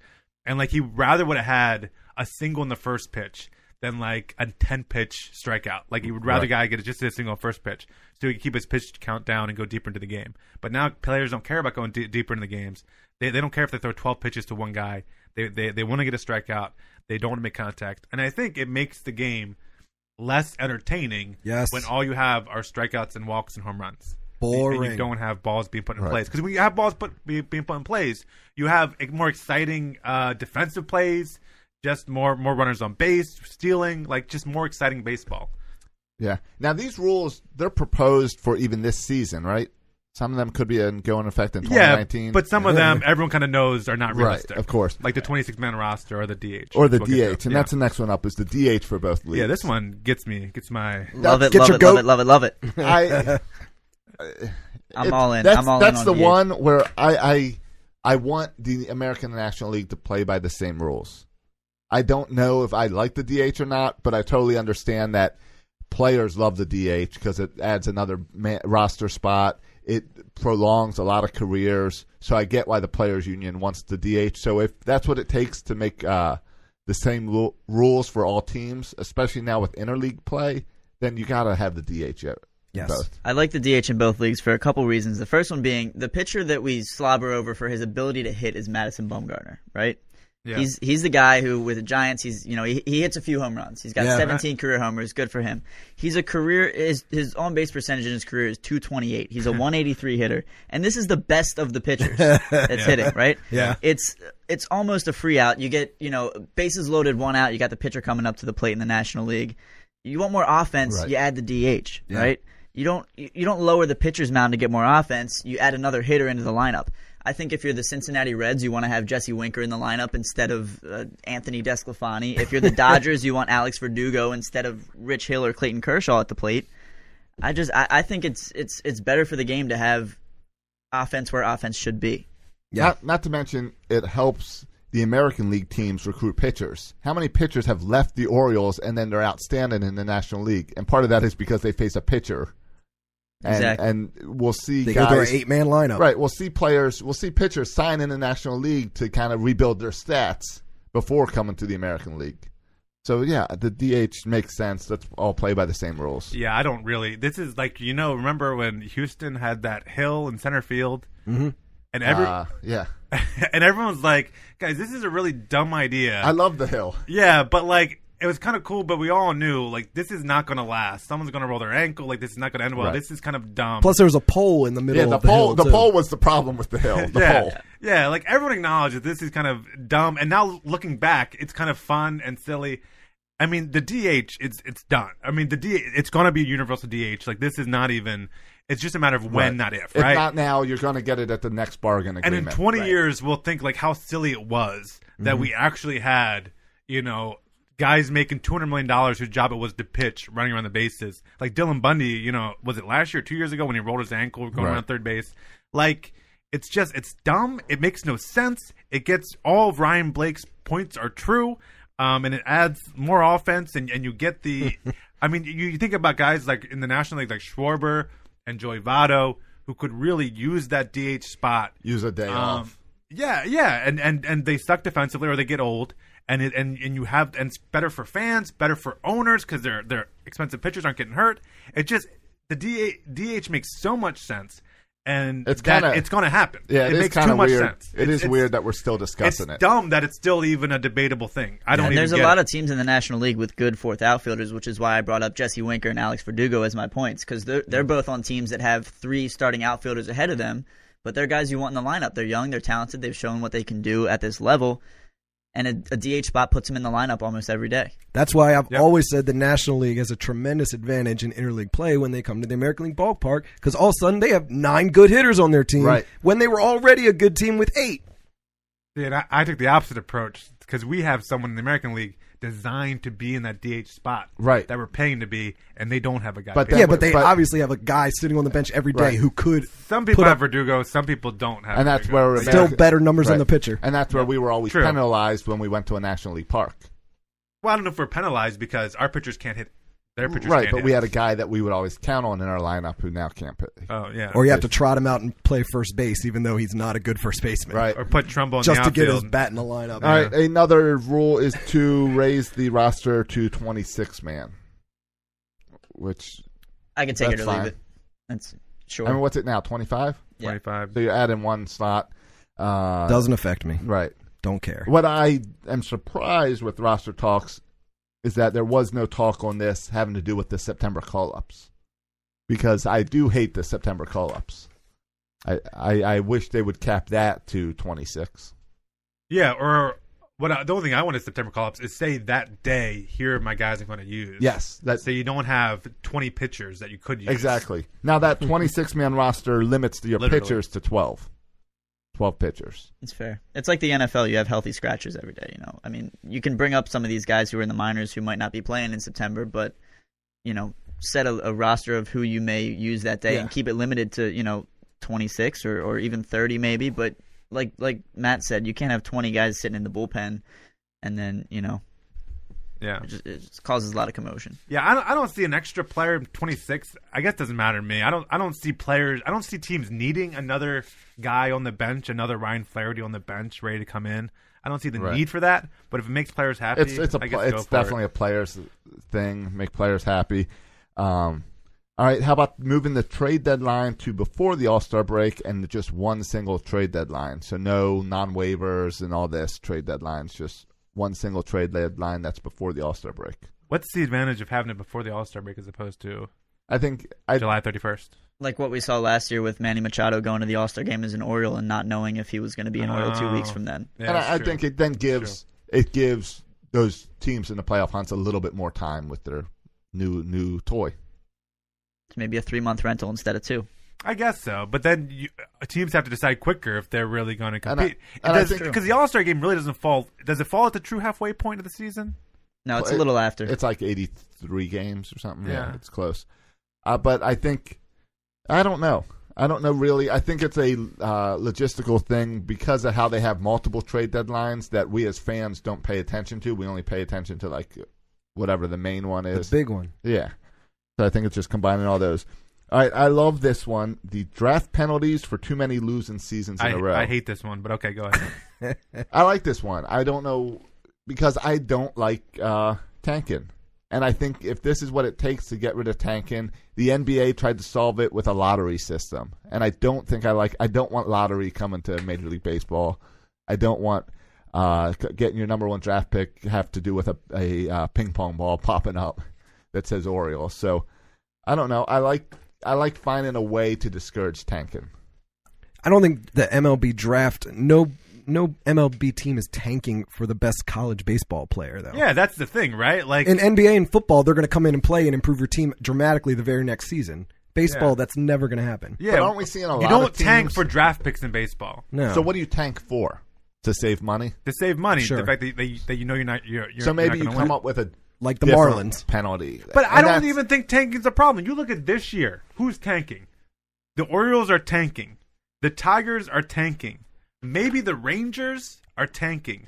C: and like he rather would have had a single in the first pitch than like a ten pitch strikeout. Like he would rather
E: Right.
C: guy get just a single first pitch so he could keep his pitch count down and go deeper into the game. But now players don't care about going de- deeper into the games. They they don't care if they throw twelve pitches to one guy. They they they want to get a strikeout. They don't want to make contact, and I think it makes the game less entertaining
H: Yes.
C: when all you have are strikeouts and walks and home runs. And
H: Boring.
C: you don't have balls being put in
E: Right.
C: place. Because when you have balls put, be, being put in plays, you have eh, more exciting uh, defensive plays, just more, more runners on base, stealing, like just more exciting baseball.
E: Yeah. Now these rules they're proposed for even this season, right? Some of them could be in going effect in 2019.
C: Yeah, but some of
E: [LAUGHS]
C: them everyone kind of knows are not
E: Right,
C: realistic.
E: of course.
C: Like the 26 man roster or the DH.
E: or the
C: We'll get to.
E: DH, and
C: yeah.
E: that's the next one up is the DH for both leagues.
C: Yeah, this one gets me. Gets my.
E: That's-
G: Love it,
E: get
G: love
E: your
G: it, love
E: goat.
G: it, love it, love it.
E: [LAUGHS]
C: [LAUGHS]
E: I,
G: I'm
E: it-
G: all in.
E: That's,
G: I'm all
E: that's
G: in.
E: the
G: on
E: one where I, I I want the American National League to play by the same rules. I don't know if I like the DH or not, but I totally understand that players love the DH because it adds another ma roster spot. It prolongs a lot of careers, so I get why the players' union wants the DH. So if that's what it takes to make uh, the same lu- rules for all teams, especially now with interleague play, then you gotta have the DH. Yet,
H: Yes.
E: both.
G: I like the DH in both leagues for a couple reasons. The first one being the pitcher that we slobber over for his ability to hit is Madison Bumgarner, right?
C: Yeah.
G: He's he's the guy who with the Giants, he's you know he, he hits a few home runs. He's got
H: Yeah.
G: 17 career homers. Good for him. He's a career his his on base percentage in his career is 228. He's a 183 hitter, and this is the best of the pitchers that's hitting, right?
H: Yeah.
G: it's it's almost a free out. You get you know bases loaded, one out. You got the pitcher coming up to the plate in the National League. You want more offense,
E: Right.
G: you add the DH, right? You don't you you don't lower the pitcher's mound to get more offense. You add another hitter into the lineup. I think if you're the Cincinnati Reds, you want to have Jesse Winker in the lineup instead of uh, Anthony Desclafani. If you're the Dodgers, you want Alex Verdugo instead of Rich Hill or Clayton Kershaw at the plate. I just I, I think it's it's it's better for the game to have offense where offense should be.
H: Yeah.
E: Not, not to mention, it helps the American League teams recruit pitchers. How many pitchers have left the Orioles and then they're outstanding in the National League? And part of that is because they face a pitcher. And,
G: Exactly.
E: and we'll see
H: They
E: guys.
H: go to an eight man lineup.
E: Right. We'll see players, we'll see pitchers sign in the National League to kind of rebuild their stats before coming to the American League. So, yeah, the DH makes sense. Let's all play by the same rules.
C: Yeah, I don't really. This is like you know. Remember when Houston had that hill in center field, and every
E: Mm-hmm. Uh, yeah.
C: [LAUGHS] and everyone's like, guys, this is a really dumb idea.
E: I love the hill.
C: yeah, but like it was kind of cool, but we all knew like this is not going to last. Someone's going to roll their ankle. Like this is not going to end well.
E: Right.
C: This is kind of dumb.
H: Plus, there was a pole in the middle
E: Yeah, the,
H: of the
E: pole.
H: hill,
E: the
H: too.
E: pole was the problem with the
C: [LAUGHS]
E: hill. The
C: yeah,
E: pole.
C: yeah, like everyone acknowledges this is kind of dumb, and now looking back, it's kind of fun and silly. I mean, the DH, it's it's done. I mean, the D, it's going to be universal DH. Like this is not even. It's just a matter of when, not if.
E: If
C: Right?
E: not now, you're going to get it at the next bargain
C: and
E: agreement.
C: in 20
E: Right. Mm-hmm.
C: years we'll think like how silly it was that we actually had you know guys making 200 million dollars whose job it was to pitch running around the bases like dylan bundy you know was it last year two years ago when he rolled his ankle going
E: Right.
C: around third base like it's just it's dumb it makes no sense it gets all of ryan blake's points are true um, and it adds more offense and, and you
E: [LAUGHS]
C: get the i mean you, you think about guys like in the national league like schwarber and joey Votto, who could really use that dh spot
E: use a day off.
C: Um, yeah, yeah, and and and they suck defensively, or they get old, and it, and and you have and it's better for fans, better for owners because their their expensive pitchers aren't getting hurt. It just the DH, DH makes so much sense, and
E: It's
C: it's that
E: kinda-
C: it's going to happen.
E: Yeah,
C: it,
E: is
C: makes
E: kinda
C: too much
E: weird.
C: sense.
E: it
C: It's-
E: is
C: it's-
E: weird that we're still
C: It's
E: discussing it.
C: dumb that it's still even a debatable thing. I don't.
G: And
C: even
G: there's a
C: get
G: lot
C: it.
G: of teams in the National League with good fourth outfielders, which is why I brought up Jesse Winker and Alex Verdugo as my points because they're they're both on teams that have three starting outfielders ahead of them, but they're guys you want in the lineup. They're young, they're talented, they've shown what they can do at this level, and a, a DH spot puts them in the lineup almost every day.
H: That's why I've
C: Yep.
H: always said the National League has a tremendous advantage in interleague play when they come to the American League ballpark because all of a sudden they have nine good hitters on their team
E: Right.
H: when they were already a good team with eight.
C: Yeah, and I, I took the opposite approach because we have someone in the American League designed to be in that DH spot,
E: Right.
C: That we're paying to be, and they don't have a guy.
E: But that-
C: paid for
E: Yeah,
C: it.
E: but
H: but they
E: but-
H: obviously have a guy sitting on the bench every day
E: Right.
H: who could
C: some people
H: put
C: have
H: up-
C: Verdugo, some people don't have.
E: and that's
C: Verdugo.
E: where we're
H: Still better numbers on the pitcher.
E: and that's where we were always
C: True.
E: penalized when we went to a National League park.
C: Well, I don't know if we're penalized because our pitchers can't hit their pitchers.
E: Right,
C: can't
E: but
C: hit.
E: we had a guy that we would always count on in our lineup who now can't hit.
C: Oh yeah.
H: or you have to trot him out and play first base, even though he's not a good first baseman.
E: Right.
C: Or put Trumbull in
H: Just to
C: the
H: get
C: outfield.
H: his bat in the lineup.
E: All right, another rule is to raise the roster to 26 man. Which
G: I can take
E: That's
G: it or leave
E: fine.
G: it. That's sure.
E: I mean what's it now? 25?
G: Yeah.
C: Twenty-five.
E: So you add in one slot. Uh
H: Doesn't affect me.
E: right.
H: Don't care.
E: What I am surprised with roster talks is that there was no talk on this having to do with the September call ups. Because I do hate the September call ups. I, I, I wish they would cap that to 26.
C: Yeah. Or what? I, the only thing I want is September call-ups is say that day. Here are my guys I'm going to use.
E: Yes, that-
C: so you don't have twenty pitchers that you could use.
E: Exactly. Now that 26 man roster limits your
C: Literally.
E: pitchers to 12. 12 pitchers.
G: It's fair. It's like the NFL. You have healthy scratchers every day. You know, I mean, you can bring up some of these guys who are in the minors who might not be playing in September, but you know, set a, a roster of who you may use that day and
E: Yeah.
G: keep it limited to you know twenty six or or even thirty maybe. But like like Matt said, you can't have twenty guys sitting in the bullpen, and then you know
C: Yeah.
G: it just, it just causes a lot of commotion.
C: Yeah, I don't, I don't see an extra player in 26. I guess it doesn't matter to me. I don't I don't see players. I don't see teams needing another guy on the bench, another Ryan Flaherty on the bench ready to come in. I don't see the
E: Right.
C: need for that. But if it makes players happy,
E: It's it's a pl-
C: I guess go
E: it's
C: for it.
E: definitely a players thing. Make players happy. Um, all right, how about moving the trade deadline to before the All Star break and just one single trade deadline? So no non waivers and all this trade deadlines. Just one single trade deadline that's before the All Star break.
C: What's the advantage of having it before the All Star break as opposed to
E: I think I
C: July 31st?
G: Like what we saw last year with Manny Machado going to the All Star game as an Oriole and not knowing if he was going to be an Oriole two
C: Oh.
G: weeks from then.
C: Yeah,
E: and
C: that's
E: I, I
C: true.
E: think it then gives it gives those teams in the playoff hunts a little bit more time with their new new toy.
G: It's maybe a three month rental instead of two.
C: I guess so, but then you, uh, teams have to decide quicker if they're really going to
E: And I-
C: compete.
E: and I think-
C: Because the All Star game really doesn't fall. Does it fall at the true halfway point of the season?
G: No, it's
E: Well,
G: a
E: it-
G: little after.
E: It's like 83 games or something. Yeah,
C: Yeah.
E: it's close. Uh, but I think I don't know. I don't know really. I think it's a uh, logistical thing because of how they have multiple trade deadlines that we as fans don't pay attention to. We only pay attention to like whatever the main one
H: The
E: is.
H: big one.
E: yeah. So I think it's just combining all those. All right, I love this one. The draft penalties for too many losing seasons in
C: I,
E: a row.
C: I hate this one, but okay, go ahead.
E: I like this one. I don't know because I don't like uh, tanking. And I think if this is what it takes to get rid of tanking, the NBA tried to solve it with a lottery system. And I don't think I like I don't want lottery coming to Major League Baseball. I don't want uh, c- getting your number one draft pick have to do with a, a uh, ping pong ball popping up that says Orioles. So I don't know. I like I like finding a way to discourage tanking.
H: I don't think the MLB draft. No, no MLB team is tanking for the best college baseball player though.
C: yeah, that's the thing, right? Like
H: In NBA and football, they're going to come in and play and improve your team dramatically the very next season. Baseball,
C: Yeah.
H: that's never going to happen.
C: Yeah,
E: But aren't we seeing a
C: you
E: lot
C: don't
E: of
C: tank
E: teams-
C: for draft picks in baseball
H: No.
E: So what do you tank for? To save money?
C: to save money. The
H: Sure.
C: fact that, that, you, that you know you're not you're, you're
E: so maybe you
C: you're not
E: come
C: gonna win.
E: up with a
H: like the
E: different
H: Marlins?
E: penalty.
C: But I
E: And
C: don't
E: that's-
C: even think tanking's a problem. You look at this year. Who's tanking? The Orioles are tanking. The Tigers are tanking. Maybe the Rangers are tanking.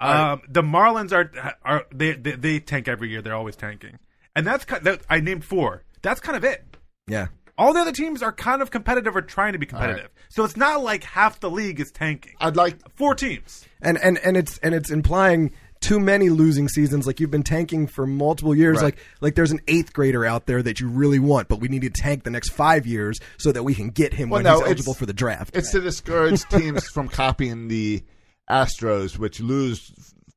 E: I-
C: Um, the Marlins are are they, they they tank every year. They're always tanking, and that's ki- that, I named four. That's kind of it.
H: Yeah.
C: All the other teams are kind of competitive or trying to be competitive. So it's not like half the league is tanking.
E: I'd like.
C: Four teams.
H: and and and it's and it's implying too many losing seasons like you've been tanking for multiple years
E: Right.
H: like like there's an eighth grader out there that you really want but we need to tank the next five years so that we can get him
E: Well,
H: when
E: no,
H: he's
E: it's-
H: eligible for the draft
E: It's to discourage teams from copying the Astros, which lose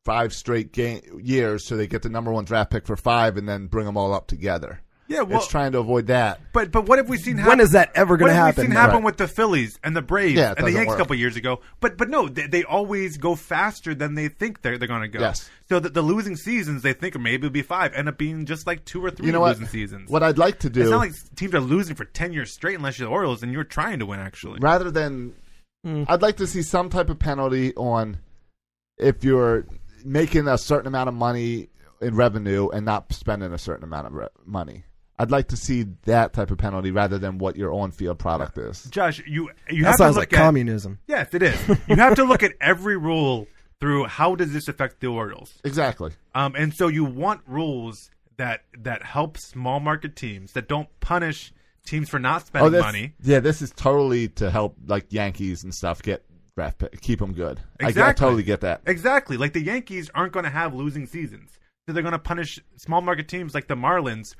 E: five straight game years, so they get the number one draft pick for five, and then bring them all up together.
C: Yeah, well-
E: it's trying to avoid that.
C: But but what have we seen?
H: When is that ever gonna
C: what have
H: happen?
C: We seen happen
E: Right.
C: with the Phillies and the Braves
E: Yeah, it
C: and the
E: doesn't
C: Yanks a
E: work.
C: couple years ago. But but no, they, they always go faster than they think they're they're going to go.
E: Yes.
C: So that the losing seasons they think maybe it'll be five end up being just like two or three
E: You know what?
C: losing seasons.
E: What I'd like to do,
C: it's not like teams are losing for ten years straight unless you're the Orioles and you're trying to win actually.
E: rather than, I'd like to see some type of penalty on if you're making a certain amount of money in revenue and not spending a certain amount of re- money. I'd like to see that type of penalty rather than what your on-field product is.
C: Josh, you you
H: That
C: have to
H: sounds
C: look
H: like
C: at
H: communism.
C: Yes, it is. You have to look at every rule through how does this affect the Orioles.
E: Exactly.
C: Um, and so you want rules that that help small market teams that don't punish teams for not spending
E: Oh, this,
C: money.
E: Yeah, this is totally to help like Yankees and stuff get draft pick, keep them good. I- I, totally get that.
C: Exactly. Like the Yankees aren't going to have losing seasons, so they're going to punish small market teams like the Marlins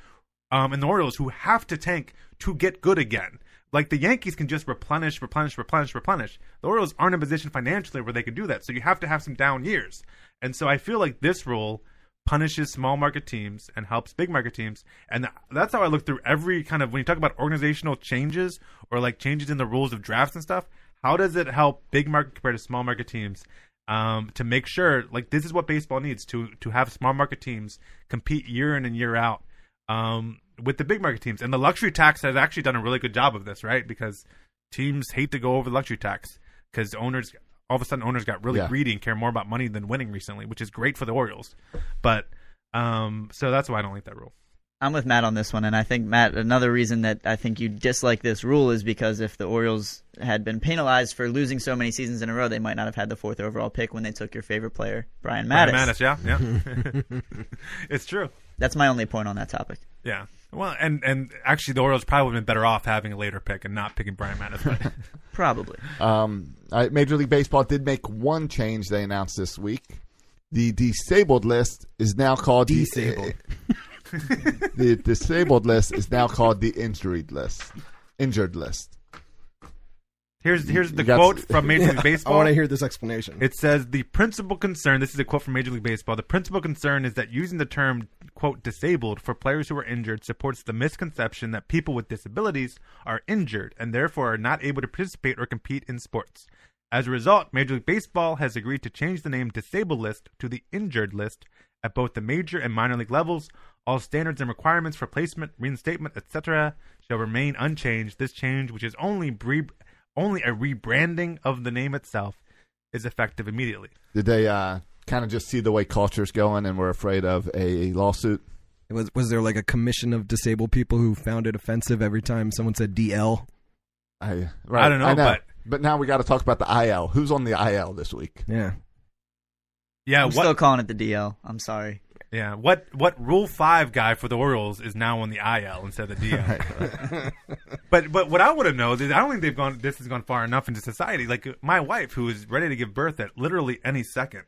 C: um, and the Orioles who have to tank to get good again. Like the Yankees can just replenish, replenish, replenish, replenish. The Orioles aren't in a position financially where they can do that, so you have to have some down years. And so I feel like this rule punishes small market teams and helps big market teams. And th- that's how I look through every kind of when you talk about organizational changes or like changes in the rules of drafts and stuff. How does it help big market compared to small market teams? Um, to make sure, like this is what baseball needs to to have small market teams compete year in and year out um, with the big market teams. And the luxury tax has actually done a really good job of this, right? Because teams hate to go over the luxury tax because owners all of a sudden owners got really
E: Yeah.
C: greedy and care more about money than winning recently, which is great for the Orioles. But um, so that's why I don't like that rule.
G: I'm with Matt on this one, and I think Matt, another reason that I think you dislike this rule is because if the Orioles had been penalized for losing so many seasons in a row, they might not have had the fourth overall pick when they took your favorite player, Brian Mattis.
C: Mattis, yeah, yeah, [LAUGHS] it's true.
G: That's my only point on that topic.
C: Yeah. Well, and and actually, the Orioles probably would have been better off having a later pick and not picking Brian Mattis. But
G: Probably.
E: Um, uh, Major League Baseball did make one change they announced this week. The disabled list is now called the-
H: Disabled.
E: the disabled list is now called the injured list. Injured list.
C: here's here's the
E: You got-
C: quote from
H: [LAUGHS]
C: Major League
H: I
C: Baseball.
H: want to hear this explanation.
C: It says the principal concern. This is a quote from Major League Baseball. The principal concern is that using the term "quote disabled" for players who are injured supports the misconception that people with disabilities are injured and therefore are not able to participate or compete in sports. As a result, Major League Baseball has agreed to change the name "disabled list" to the "injured list" at both the major and minor league levels. All standards and requirements for placement, reinstatement, etc., shall remain unchanged. This change, which is only bre- only a rebranding of the name itself, is effective immediately.
E: Did they uh, kind of just see the way culture's going and were afraid of a lawsuit?
H: was was there like a commission of disabled people who found it offensive every time someone said DL?
E: I, right,
C: don't know, but-
E: but now we got to talk about the IL. Who's on the IL this week?
H: Yeah.
C: Yeah,
G: I'm
C: what?
G: still calling it the DL. I'm sorry.
C: yeah, what? What Rule Five guy for the Orioles is now on the IL instead of
H: [LAUGHS]
C: the [LAUGHS] DL. but but what I want to know is I don't think they've gone. This has gone far enough into society. Like my wife, who is ready to give birth at literally any second,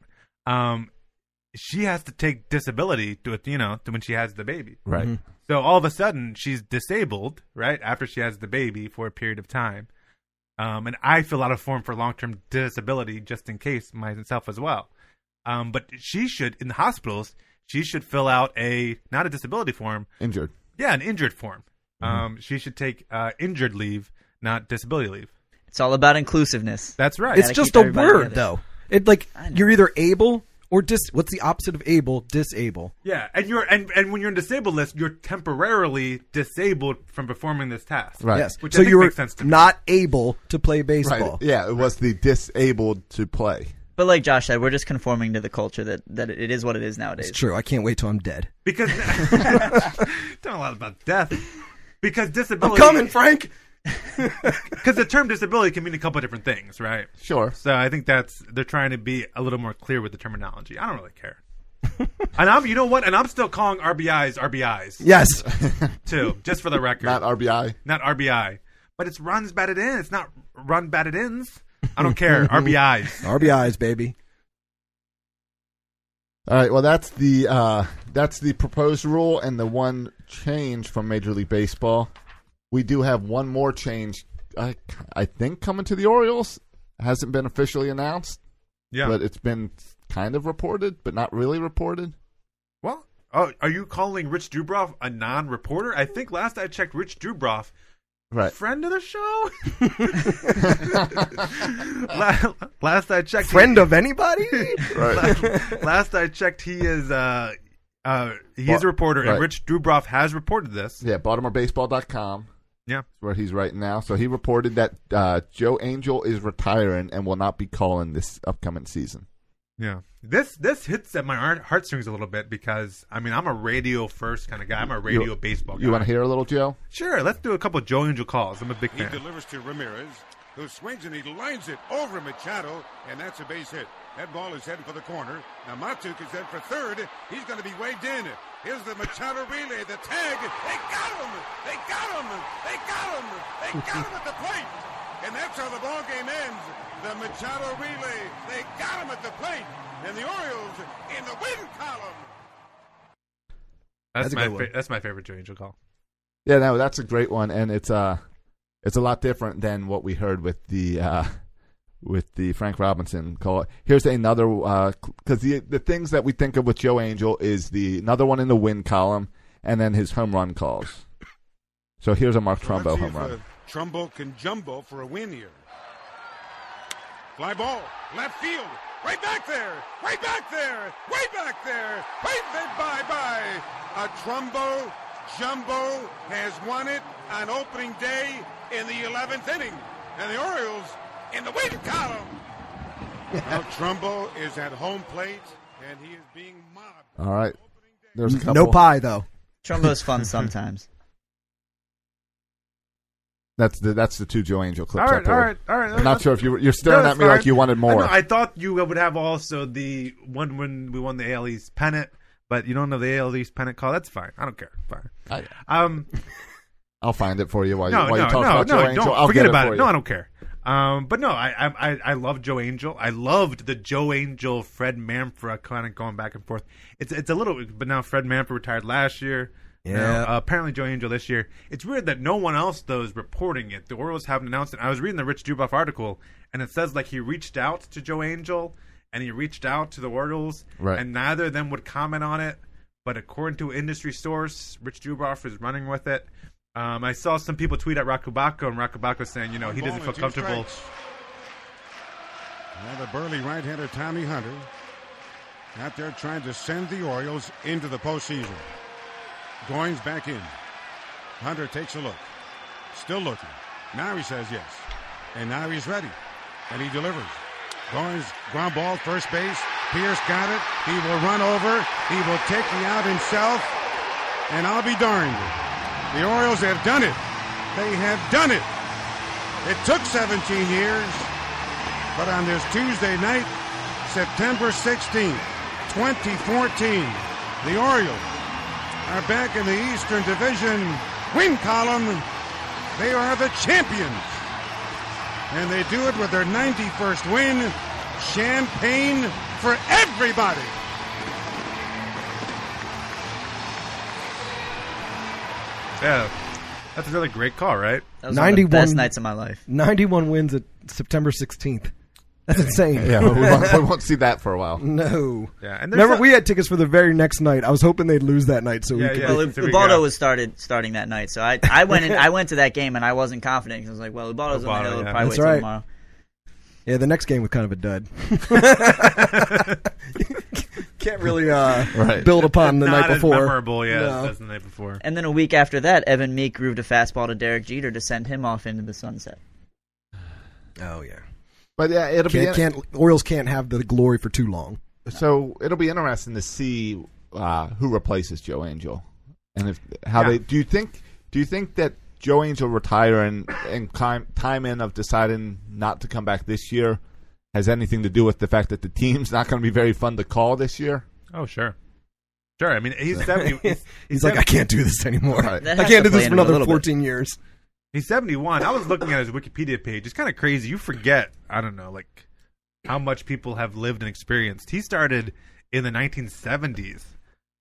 C: um, she has to take disability to you know to when she has the baby.
E: Right.
H: Mm-hmm.
C: So all of a sudden she's disabled, right? After she has the baby for a period of time. Um, and I fill out a form for long term disability just in case myself as well. Um, but she should in the hospitals, she should fill out a not a disability form,
E: Injured.
C: yeah, an injured form. Um, she should take uh, injured leave, not disability leave.
G: It's all about inclusiveness.
C: That's right.
H: It's
G: gotta
H: just
G: keep
H: a
G: everybody
H: word
G: together.
H: though. It like
G: I know.
H: you're either able or dis what's the opposite of able? Disable.
C: yeah, and you're and, and when you're in disabled list, you're temporarily disabled from performing this task.
E: Right.
H: Yes.
C: Which I
H: so
C: think
H: you were
C: makes sense to me.
H: not able to play
E: Right.
H: baseball.
E: Yeah, it was the disabled to play.
G: But like Josh said, we're just conforming to the culture that, that it is what it is nowadays.
H: It's true. I can't wait till I'm dead.
C: Because [LAUGHS] don't allow about death. Because disability
H: Frank.
C: because the term disability can mean a couple of different things, right?
E: Sure.
C: So I think that's they're trying to be a little more clear with the terminology. I don't really
E: [LAUGHS]
C: care. and I'm you know what? And I'm still calling RBIs RBIs
H: Yes.
C: too, just for the
E: [LAUGHS]
C: record.
E: Not RBI.
C: Not RBI. But it's runs batted in. It's not run batted ins. I
E: [LAUGHS]
C: don't care. RBIs.
H: RBIs, baby.
E: All right. Well, that's the uh, that's the proposed rule and the one change from Major League Baseball. We do have one more change. I I think coming to the Orioles hasn't been officially announced,
C: Yeah.
E: but it's been kind of reported, but not really reported.
C: well, oh, are you calling Rich Dubroff a non-reporter? I think last I checked, Rich Dubroff
J: [LAUGHS]
E: Right.
C: friend of
E: [LAUGHS]
C: the show. La- last I checked,
J: [LAUGHS]
H: Friend of anybody?
C: last, last I checked, he is uh, uh, he is
E: Well,
C: a reporter,
E: right.
C: and Rich Dubroff has reported this.
E: [LAUGHS] Yeah. BaltimoreBaseball.com
C: Yeah,
E: is where he's right now. So he reported that uh, Joe Angel is retiring and will not be calling this upcoming season.
J: Yeah. This this hits at my heart- heartstrings a little bit because I mean I'm a radio first kind of guy. I'm a radio baseball guy.
E: You want to hear a little, Joe?
J: Sure, let's do a couple of Joe Angel calls. I'm a big
C: He
J: fan.
C: delivers to Ramirez, who swings and he lines it over Machado, and that's a base hit. That ball is heading for the corner. Now Matuk is heading for third. He's going to be waved in. Here's the Machado relay, the tag. They got him! They got him! They got him! They
J: [LAUGHS]
C: got him at the plate! And that's how the ball game ends. The Machado relay. They got him at the plate. And the Orioles in the win column.
J: That's,
H: That's a
J: my
H: good one.
J: fa- that's my favorite Joe Angel call.
E: Yeah, no, that's a great one, and it's uh it's a lot different than what we heard with the uh with the Frank Robinson call. Here's another because the the things that we think of with Joe Angel is the another one in the win column, and then his home run calls. So here's a Mark Trumbo
C: Let's see
E: home
C: if,
E: run.
C: uh, Trumbo can jumbo for a win here. Fly ball, left field, right back there, right back there, way back there, right there, bye bye. A Trumbo jumbo has won it on opening day in the 11th inning, and the Orioles in the win column. now Trumbo is at home plate, and he is being mobbed.
E: All right, there's a couple.
H: No pie though.
G: Trumbo's fun
H: [LAUGHS]
G: sometimes.
E: That's the that's the two Joe Angel clips.
J: All
E: I
J: right,
E: pulled.
J: all right, all right.
E: I'm not
J: That's-
E: sure if you were, you're staring
J: No,
E: at
J: it's
E: me like
J: fine.
E: you wanted more.
J: I, know, I thought you would have also the one when we won the AL East pennant, but you don't know the AL East pennant call. That's fine. I don't care. Fine.
E: I, [LAUGHS]
J: Um,
E: will find it for you while
J: no,
E: you while
J: no,
E: you talk
J: no,
E: about
J: no,
E: Joe Angel.
J: don't
E: I'll
J: forget
E: get it
J: about
E: for
J: it.
E: you.
J: No, I don't care. Um, but no, I, I I I love Joe Angel. I loved the Joe Angel Fred Manfra kind of going back and forth. It's it's a little, but now Fred Manfra retired last year. You know,
H: Yeah.
J: uh, apparently Joe Angel this year. It's weird that no one else though is reporting it. The Orioles haven't announced it. I was reading the Rich Duboff article, and it says like he reached out to Joe Angel and he reached out to the Orioles,
E: Right.
J: and neither of them would comment on it. But according to an industry source, Rich Duboff is running with it. Um, I saw some people tweet at Rakubako, and Rakubako saying, you know, he
C: One
J: doesn't
C: ball
J: feel
C: and two
J: comfortable.
C: strikes. Now the burly right-hander Tommy Hunter out there trying to send the Orioles into the postseason. Goins back in. Hunter takes a look. Still looking. Now he says yes. And now he's ready. And he delivers. Goins, ground ball, first base. Pierce got it. He will run over. He will take the out himself. And I'll be darned. The Orioles have done it. They have done it. It took 17 years, but on this Tuesday night, September 16, 2014, the Orioles are back in the Eastern Division win column. They are the champions. And they do it with their 91st win. Champagne for everybody.
J: Yeah, that's another great call, right?
G: That was one of the
H: 91
G: best nights of my life.
H: 91 wins at September 16th. That's insane.
E: Yeah, [LAUGHS] we won't, we won't see that for a while.
H: No.
J: Yeah, and there's
H: Remember,
J: a-
H: we had tickets for the very next night. I was hoping they'd lose that night, so
J: Yeah,
H: we could.
J: yeah.
G: Well,
J: There we
G: Ubaldo
J: go.
G: was started starting that night, so I, I went in, I went to that game and I wasn't confident 'cause I was like, well, Ubaldo's on
J: Ubaldo,
G: the hill,
J: yeah.
G: probably
H: That's
G: wait till
H: right.
G: tomorrow.
H: Yeah, the next game was kind of
J: [LAUGHS]
H: a dud. Can't really uh,
E: Right.
H: build upon the
J: Not
H: night
J: as
H: before.
J: memorable, yeah,
H: No.
J: as the night before.
G: And then a week after that, Evan Meek grooved a fastball to Derek Jeter to send him off into the sunset.
H: Oh yeah,
E: But yeah, it'll be
H: can't, can't Orioles can't have the glory for too long.
E: So it'll be interesting to see uh, who replaces Joe Angel, and if how
J: Yeah.
E: they do you think do you think that Joe Angel retiring and time time in of deciding not to come back this year has anything to do with the fact that the team's not going to be very fun to call this year?
J: Oh, sure. Sure. I mean, he's
H: [LAUGHS]
J: 70. He's,
H: He's, like, I
J: seven-
H: can't do this anymore.
E: Right.
G: That
H: I
G: has
H: can't
G: to
H: do this
G: play
H: for
G: into it a
H: another
G: little bit.
H: 14 years.
J: he's 71. I was looking at his Wikipedia page. It's kind of crazy. You forget, I don't know, like how much people have lived and experienced. He started in the 1970s.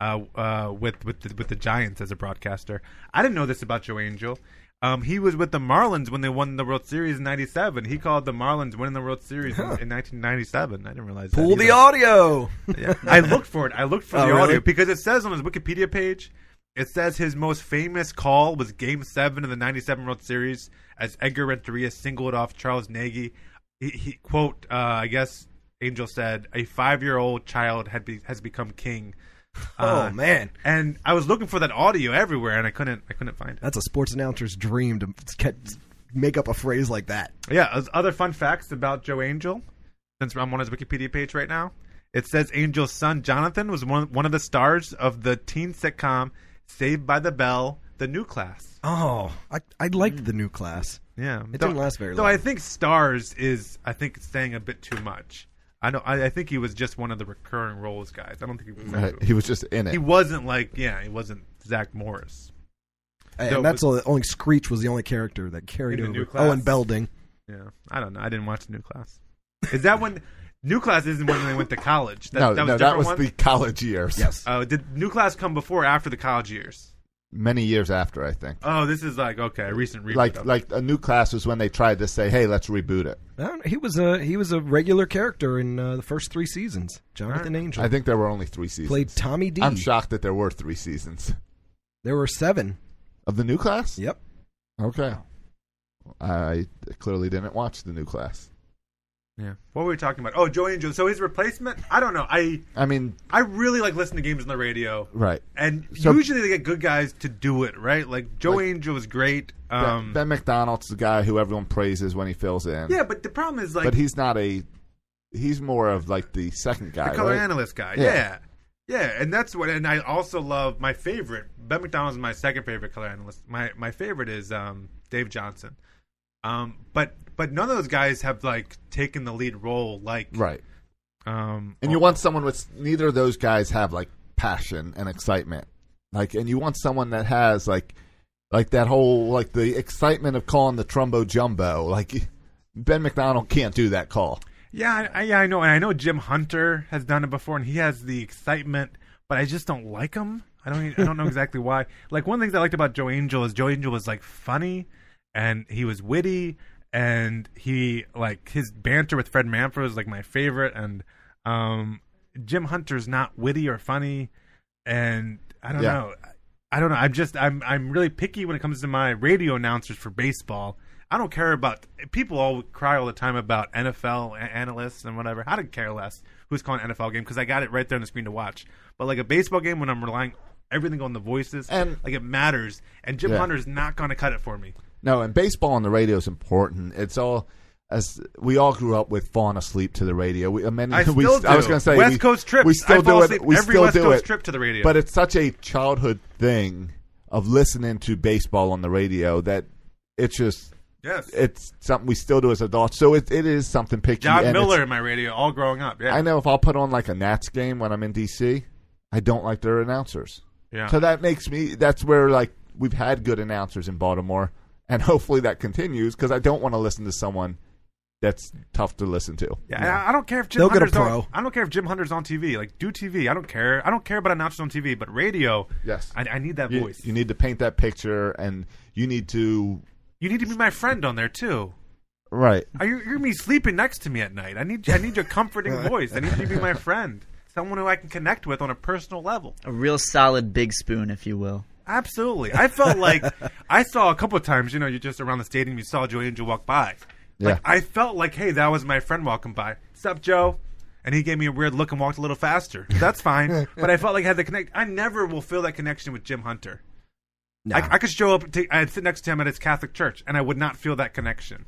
J: Uh, uh, with with the, with the Giants as a broadcaster, I didn't know this about Joe Angel. Um, he was with the Marlins when they won the World Series in '97. He called the Marlins winning the World Series in, in 1997. I didn't realize. that
H: Pull the
J: either.
H: audio.
J: Yeah. I looked for it. I looked for
H: Oh,
J: the
H: really?
J: audio because it says on his Wikipedia page, it says his most famous call was Game Seven of the '97 World Series as Edgar Renteria singled off Charles Nagy. He, he quote, uh, I guess Angel said, "A five-year-old child had be, has become king." Uh,
H: oh man,
J: And I was looking for that audio everywhere, and I couldn't. I couldn't find it.
H: that's a sports announcer's dream to get- make up a phrase like that.
J: Yeah, as other fun facts about Joe Angel, since I'm on his Wikipedia page right now,
H: It says Angel's son Jonathan was one one of the stars of the teen sitcom Saved by the Bell, The New Class.
A: Oh, I I liked the new class.
H: Yeah,
A: It didn't last very
H: Though
A: long.
H: I think stars is I think saying a bit too much. I know. I, I think he was just one of the recurring roles guys. I don't think he was.
E: Right, Uh, he was just in it.
H: He wasn't like yeah. He wasn't Zach Morris.
A: And
H: Though it
A: that's
H: was-
A: all. Only Screech was the only character that carried
H: In
A: over.
H: the new
A: Oh, and
H: class.
A: Belding.
H: Yeah, I don't know. I didn't watch New Class. Is that when New Class isn't when they went to college? That,
E: no,
H: that was,
E: no, that
H: a different
E: was
H: one?
E: the college years.
A: Yes.
H: Oh, did New Class come before or after the college years?
E: many years after, I think.
H: Oh, this is like okay, a recent reboot.
E: Like
H: of it.
E: like a new class was when they tried to say, "Hey, let's reboot it."
A: I don't know, He was a he was a regular character in uh, the first three seasons. Jonathan Angel
E: I think there were only three seasons.
A: played Tommy D.
E: I'm shocked that there were three seasons
A: There were seven.
E: of the new class.
A: Yep.
E: Okay, I clearly didn't watch the new class.
H: yeah. What were we talking about? Oh, Joey Angel. So his replacement? I don't know. I
E: I mean,
H: I really like listening to games on the radio,
E: right?
H: and
E: So-
H: usually they get good guys to do it, right? Like Joey Angel was great. Um,
E: ben, ben McDonald's the guy who everyone praises when he fills in.
H: yeah, but the problem is like
E: but he's not a. He's more of like the second guy.
H: the color
E: right?
H: analyst guy.
E: Yeah.
H: Yeah. yeah. and that's what. And I also love my favorite. Ben McDonald's my second favorite color analyst. My my favorite is um, Dave Johnson. Um, but but none of those guys have like taken the lead role like
E: right?
H: Um,
E: And you want someone with neither of those guys have like passion and excitement. Like and you want someone that has like like that whole like the excitement of calling the trumbo jumbo. Like Ben McDonald can't do that call.
H: yeah, I, I, yeah, I know, and I know Jim Hunter has done it before, and he has the excitement. But I just don't like him. I don't. e, I don't know exactly why. Like one of the things I liked about Joe Angel is Joe Angel was like funny, and he was witty, and he like his banter with Fred Manfred was like my favorite. And um, Jim Hunter's not witty or funny, and I don't
E: Yeah.
H: know. I don't know. I'm just I'm I'm really picky when it comes to my radio announcers for baseball. I don't care about people all cry all the time about NFL a- analysts and whatever. I don't care less who's calling an NFL game because I got it right there on the screen to watch. But like a baseball game when I'm relying everything on the voices
E: And-
H: like it matters. And Jim
E: Yeah.
H: Hunter's not going to cut it for me.
E: No, and baseball on the radio is important. It's all as we all grew up with falling asleep to the radio. We, uh, many,
H: I
E: [LAUGHS] we,
H: still
E: I was
H: do.
E: going to say
H: West
E: we,
H: Coast trips,
E: We
H: I
E: still
H: fall
E: do it.
H: asleep
E: We
H: every
E: still
H: West
E: do
H: Coast
E: it.
H: trip to the radio.
E: But it's such a childhood thing of listening to baseball on the radio that it's just
H: Yes.
E: it's something we still do as adults. So it, it is something picky.
H: John
E: and it's-
H: Miller in my radio all growing up. Yeah.
E: I know if I'll put on like a Nats game when I'm in DC, I don't like their announcers.
H: Yeah.
E: So that makes me. That's where like we've had good announcers in Baltimore, and [LAUGHS] hopefully that continues because I don't want to listen to someone that's tough to listen to.
H: Yeah, and I- I don't care if Jim
A: They'll get a
H: Hunter's on.
A: pro.
H: I don't care if Jim Hunter's on TV. Like, do TV. I don't care. I don't care about announcers on TV, but radio.
E: Yes.
H: I, I need that
E: You,
H: voice.
E: you need to paint that picture, and you need to
H: You need to be my friend on there too.
E: right.
H: Are you, you're gonna be sleeping next to me at night. I need I need your comforting voice. I need you to be my friend, someone who I can connect with on a personal level.
G: A real solid big spoon, if you will.
H: Absolutely. I felt [LAUGHS] like I saw a couple of times. You know, you just around the stadium, you saw Joe Angel walk by. Like
E: Yeah.
H: I felt like, hey, that was my friend walking by. Sup, Joe? And he gave me a weird look and walked a little faster. That's [LAUGHS] fine. but I felt like I had to connect. I never will feel that connection with Jim Hunter.
A: No.
H: I, I could show up. To, I'd sit next to him at his Catholic church, and I would not feel that connection.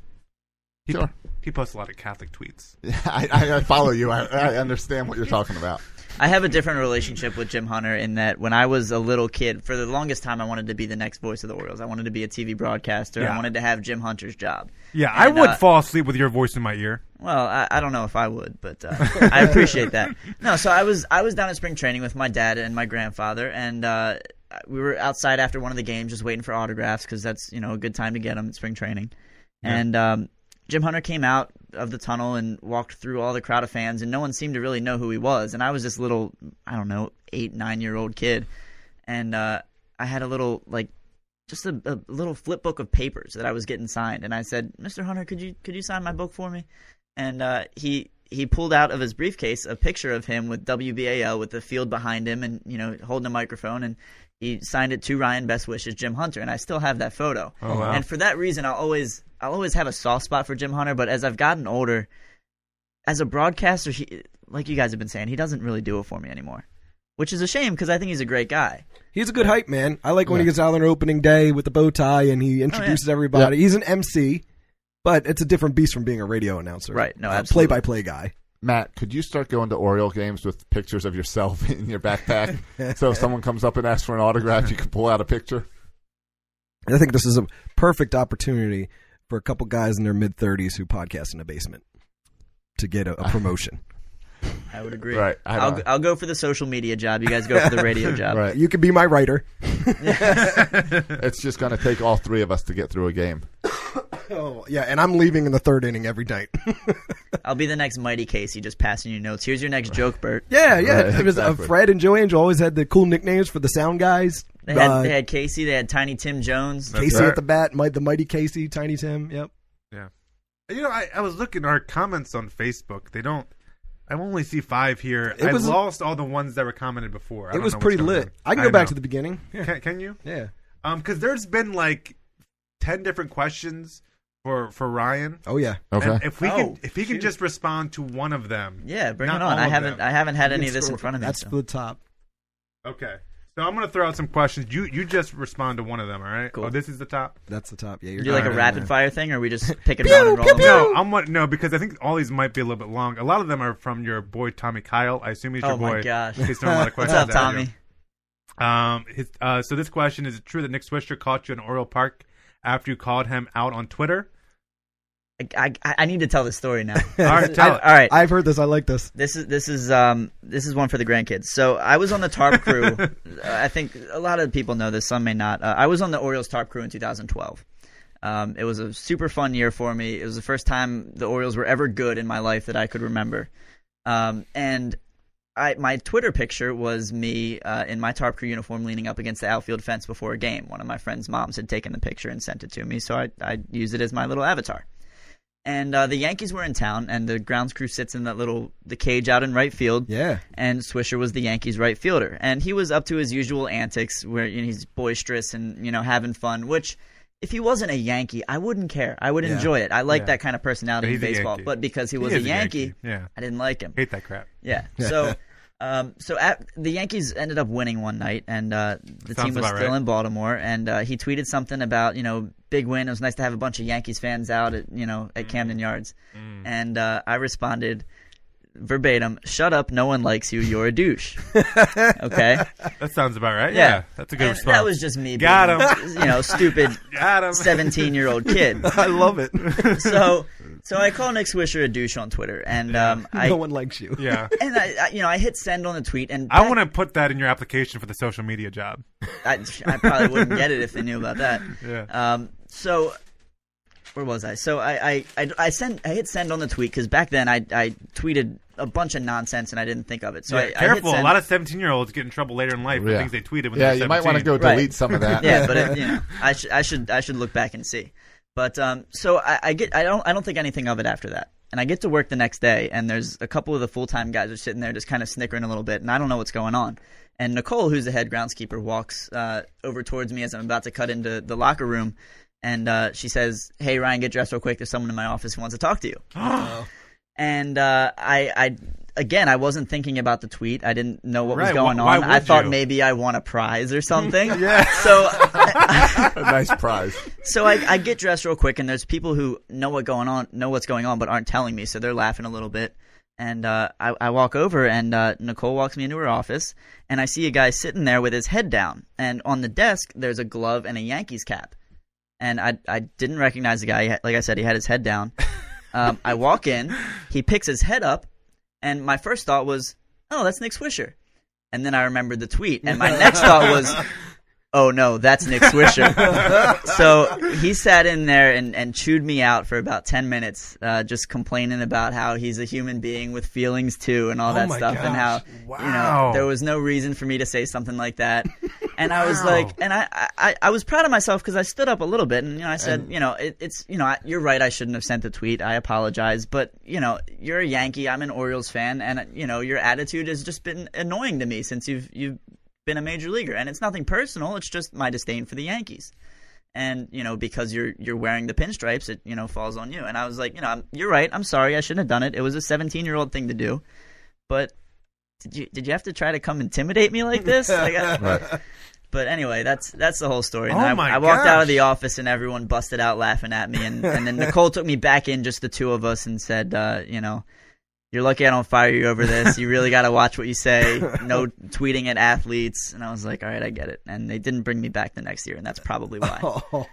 H: He,
E: Sure.
H: he posts a lot of Catholic tweets.
E: [LAUGHS] I, I, I follow you. I, I understand what you're talking about.
G: I have a different relationship with Jim Hunter in that when I was a little kid, for the longest time, I wanted to be the next voice of the Orioles. I wanted to be a TV broadcaster. I
H: Yeah.
G: wanted to have Jim Hunter's job.
H: Yeah, I
G: And,
H: would
G: uh,
H: fall asleep with your voice in my ear.
G: Well, I, I don't know if I would, but uh, I appreciate that. No, so I was I was down at spring training with my dad and my grandfather, and uh, we were outside after one of the games, just waiting for autographs because that's you know a good time to get them at spring training. And um, Jim Hunter came out of the tunnel and walked through all the crowd of fans, and no one seemed to really know who he was. And I was this little, I don't know, eight nine year old kid, and uh, I had a little like just a, a little flip book of papers that I was getting signed, and I said, "Mr. Hunter, could you could you sign my book for me?" And uh, he he pulled out of his briefcase a picture of him with WBAL with the field behind him, and you know holding a microphone, and he signed it to Ryan Best Wishes Jim Hunter, and I still have that photo.
H: Oh, wow.
G: And for that reason, I'll always I'll always have a soft spot for Jim Hunter. But as I've gotten older, as a broadcaster, he like you guys have been saying, he doesn't really do it for me anymore, which is a shame because I think he's a great guy.
A: He's a good hype man. I like when he gets out on opening day with the bow tie and
H: Oh,
A: he introduces everybody. He's an MC, but it's a different beast from being a radio announcer.
G: Right, no,
A: A
H: Uh,
G: absolutely.
A: play-by-play guy.
E: Matt, could you start going to Oriole games with pictures of yourself [LAUGHS] in your backpack? so if someone comes up and asks for an autograph, you can pull out a picture.
H: I think this is a perfect opportunity for a couple guys in their mid 30s who podcast in the basement to
E: [LAUGHS]
H: get a, a promotion.
G: I would agree.
E: Right, I
G: I'll,
E: know.
G: I'll go for the social media job. You guys go for the
C: [LAUGHS]
G: radio job.
E: Right.
H: You could be my writer.
E: It's just going to take all three of us to get through a game.
H: Oh, yeah, and I'm leaving in the third inning every night.
G: I'll be the next Mighty Casey, just passing you notes. Here's your next joke, Bert.
H: yeah, yeah.
E: Right,
H: it was, uh,
E: exactly.
H: Fred and Joe Angel always had the cool nicknames for the sound guys.
G: They had,
H: Uh,
G: they had Casey. They had Tiny Tim Jones.
H: Casey
C: Right.
H: at the bat, Mi- the mighty Casey, Tiny Tim. Yep.
C: Yeah. You know, I, I was looking at our comments on Facebook. They don't. I only see five here.
H: It
C: I
H: was-
C: lost all the ones that were commented before. I
H: It
C: don't
H: was
C: know what's
H: pretty
C: going
H: lit.
C: on.
H: I can go back
C: know.
H: to the beginning. Yeah.
C: Can, can you?
H: Yeah.
C: Um, because there's been like ten different questions for for Ryan.
H: Oh yeah.
E: Okay.
C: And if we
G: Oh,
C: can, if he can just respond to one of them.
G: Yeah, bring
C: Not
G: it on.
C: all
G: I
C: of
G: haven't.
C: them.
G: I haven't had
H: You
G: any
H: can
G: of this in
H: scroll-
G: front of me.
H: That's
G: so.
H: the top.
C: Okay. So I'm gonna throw out some questions. You you just respond to one of them. All right.
G: Cool.
C: Oh, this is the top.
H: That's the top. Yeah. You're
G: Do like a
H: right.
G: rapid fire thing, or we just pick it one and roll? 'em?
C: No, I'm what? No, because I think all these might be a little bit long. A lot of them are from your boy Tommy Kyle. I assume he's your
G: Oh
C: boy.
G: my gosh.
C: He's throwing a
G: [LAUGHS]
C: lot of
G: What's
C: questions.
G: up,
C: at you.
G: Tommy?
C: Um, his, uh, so this question is: It true that Nick Swisher caught you in Oriole Park after you called him out on Twitter?
G: I, I, I need to tell this
H: [LAUGHS]
G: story now.
C: All right,
G: [LAUGHS] I-
C: tell it.
G: all right.
H: I've heard this. I like this.
G: This is this is um this is one for the grandkids. So I was on the tarp crew. Uh, I think a lot of people know this. Some may not. Uh, I was on the Orioles tarp crew in 2012. Um, it was a super fun year for me. It was the first time the Orioles were ever good in my life that I could remember. Um, and I my Twitter picture was me uh, in my tarp crew uniform leaning up against the outfield fence before a game. One of my friend's moms had taken the picture and sent it to me, so I I used it as my little avatar and uh, the Yankees were in town, and the grounds crew sits in that little the cage out in right field.
H: Yeah.
G: And Swisher was the Yankees' right fielder, and he was up to his usual antics, where you know, he's boisterous and you know having fun. Which, if he wasn't a Yankee, I wouldn't care. I would
H: Yeah.
G: enjoy it. I like
H: Yeah.
G: that kind of personality
C: But
G: in
C: he's a
G: baseball.
C: Yankee.
G: But because he
C: He
G: was
C: is
G: a Yankee,
C: Yeah,
G: I didn't like him.
C: hate that crap.
G: Yeah. So,
C: [LAUGHS]
G: um, so at, the Yankees ended up winning one night, and uh, the
C: Sounds
G: team was
C: about
G: still
C: right.
G: in Baltimore. And uh, he tweeted something about you know big win. It was nice to have a bunch of Yankees fans out at you know at
C: Mm.
G: Camden Yards. And uh, I responded verbatim, "Shut up, no one likes you. You're
C: [LAUGHS]
G: a douche." okay.
C: That sounds about right. Yeah,
G: Yeah.
C: that's a good
G: And
C: response.
G: That was just me.
C: Got
G: [LAUGHS] being, You know, stupid
C: [LAUGHS] Got
E: [LAUGHS]
C: him.
G: seventeen-year-old kid.
C: [LAUGHS]
H: I love it.
G: So, so I call Nick Swisher a douche on Twitter, and um, I
H: no one likes you.
C: Yeah,
G: and I, I, you know, I hit send on the tweet, and
C: I want to put that in your application for the social media job.
G: I, I probably wouldn't get it if they knew about that.
C: [LAUGHS] Yeah.
G: Um, so where was I? So I I, I, I sent I hit send on the tweet because back then I I tweeted a bunch of nonsense and I didn't think of it. So
C: Yeah,
G: I,
C: careful.
G: I hit
C: a
G: send.
C: lot of 17 year olds get in trouble later in life for
E: Yeah.
C: things they tweeted when
E: yeah,
C: they were 17.
E: you might want to go delete
G: Right.
E: some of that.
G: [LAUGHS] yeah,
E: [LAUGHS]
G: but it, you know, I should I should I should look back and see. But um, so I, I get I don't I don't think anything of it after that. And I get to work the next day, and there's a couple of the full time guys are sitting there just kind of snickering a little bit, and I don't know what's going on. And Nicole, who's the head groundskeeper, walks uh, over towards me as I'm about to cut into the locker room, and uh, she says, "Hey Ryan, get dressed real quick. There's someone in my office who wants to talk to you." and uh, I, I again, I wasn't thinking about the tweet. I didn't know what was
C: Right, why-
G: going
C: why
G: on. I
C: would
G: thought
C: you?
G: maybe I won a prize
C: [LAUGHS]
G: or something. yeah. So [LAUGHS]
E: A nice prize.
G: so I, I get dressed real quick, and there's people who know what going on, know what's going on, but aren't telling me, so they're laughing a little bit. And uh, I, I walk over, and uh, Nicole walks me into her office, and I see a guy sitting there with his head down, and on the desk there's a glove and a Yankees cap, and I I didn't recognize the guy. He had- Like I said, he had his head down. Um, I walk in, he picks his head up, and my first thought was, "Oh, that's Nick Swisher," and then I remembered the tweet, and my next thought was, "Oh no, that's Nick Swisher." so he sat in there and, and chewed me out for about ten minutes, uh, just complaining about how he's a human being with feelings too, and all that
H: Oh my
G: stuff, and how you
C: Wow.
G: know there was no reason for me to say something
C: [LAUGHS]
G: like that. And I was
C: Wow.
G: like, and I, I- I, I was proud of myself because I stood up a little bit and you know I said, you know, it, it's you know I, you're right. I shouldn't have sent the tweet. I apologize, but you know you're a Yankee. I'm an Orioles fan, and uh, you know your attitude has just been annoying to me since you've you've been a major leaguer. And it's nothing personal. It's just my disdain for the Yankees. And you know because you're you're wearing the pinstripes, it you know falls on you. And I was like, you know, I'm, you're right. I'm sorry. I shouldn't have done it. It was a 17 year old thing to do, but. Did you, did you have to try to come intimidate me like this? Like, I- but anyway, that's that's the whole story. And
C: Oh
G: I,
C: my
G: I walked out
C: gosh.
G: of the office and everyone busted out laughing at me, and, and then Nicole took me back in, just the two of us, and said, uh, you know, You're lucky I don't fire you over this. You really got to watch what you say. No tweeting at athletes. And I was like, all right, I get it. And they didn't bring me back the next year, and that's probably why.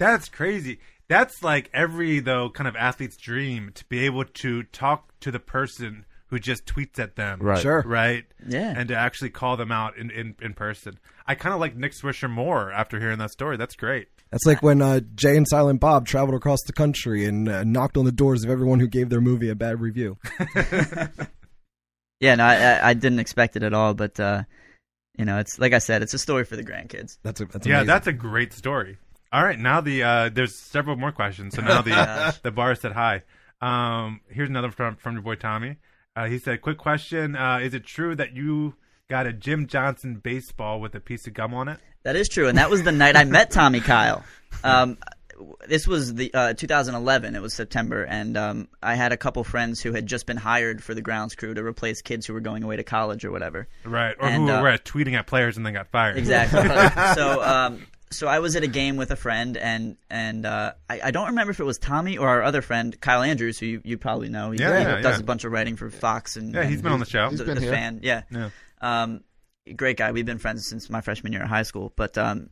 H: That's crazy. That's like every though kind of athlete's dream to be able to talk to the person who just tweets at them.
E: Right. Sure.
H: Right.
G: Yeah.
H: And to actually call them out in, in, in person. I kind of like Nick Swisher more after hearing that story. That's great.
C: That's like when uh, Jay and Silent Bob traveled across the country and uh, knocked on the doors of everyone who gave their movie a bad review.
G: Yeah, no, I, I- I didn't expect it at all, but uh, you know, it's like I said, it's a story for the grandkids.
C: That's a, that's
H: yeah, that's a great story. All right, now the uh, there's several more questions. So
G: [LAUGHS]
H: now the the bar said hi. Um, here's another from from your boy Tommy. Uh, he said, "Quick question: uh, Is it true that you got a Jim Johnson baseball with a piece of gum on it?"
G: That is true, and that was the night I met Tommy Kyle. Um, this was the uh, 2011. It was September, and um, I had a couple friends who had just been hired for the grounds crew to replace kids who were going away to college or whatever.
H: Right, or
G: And,
H: who
G: uh,
H: were tweeting at players and then got fired.
G: Exactly. so, um, so I was at a game with a friend, and and uh, I, I don't remember if it was Tommy or our other friend Kyle Andrews, who you, you probably know. He,
H: Yeah,
G: he
H: yeah,
G: does
H: yeah.
G: a bunch of writing for Fox, and
H: Yeah, he's
G: and
H: been on the show. He's
G: the,
E: been
G: the
E: here.
G: fan, yeah.
H: [LAUGHS] Yeah.
G: Um, great guy. We've been friends since my freshman year of high school. But um,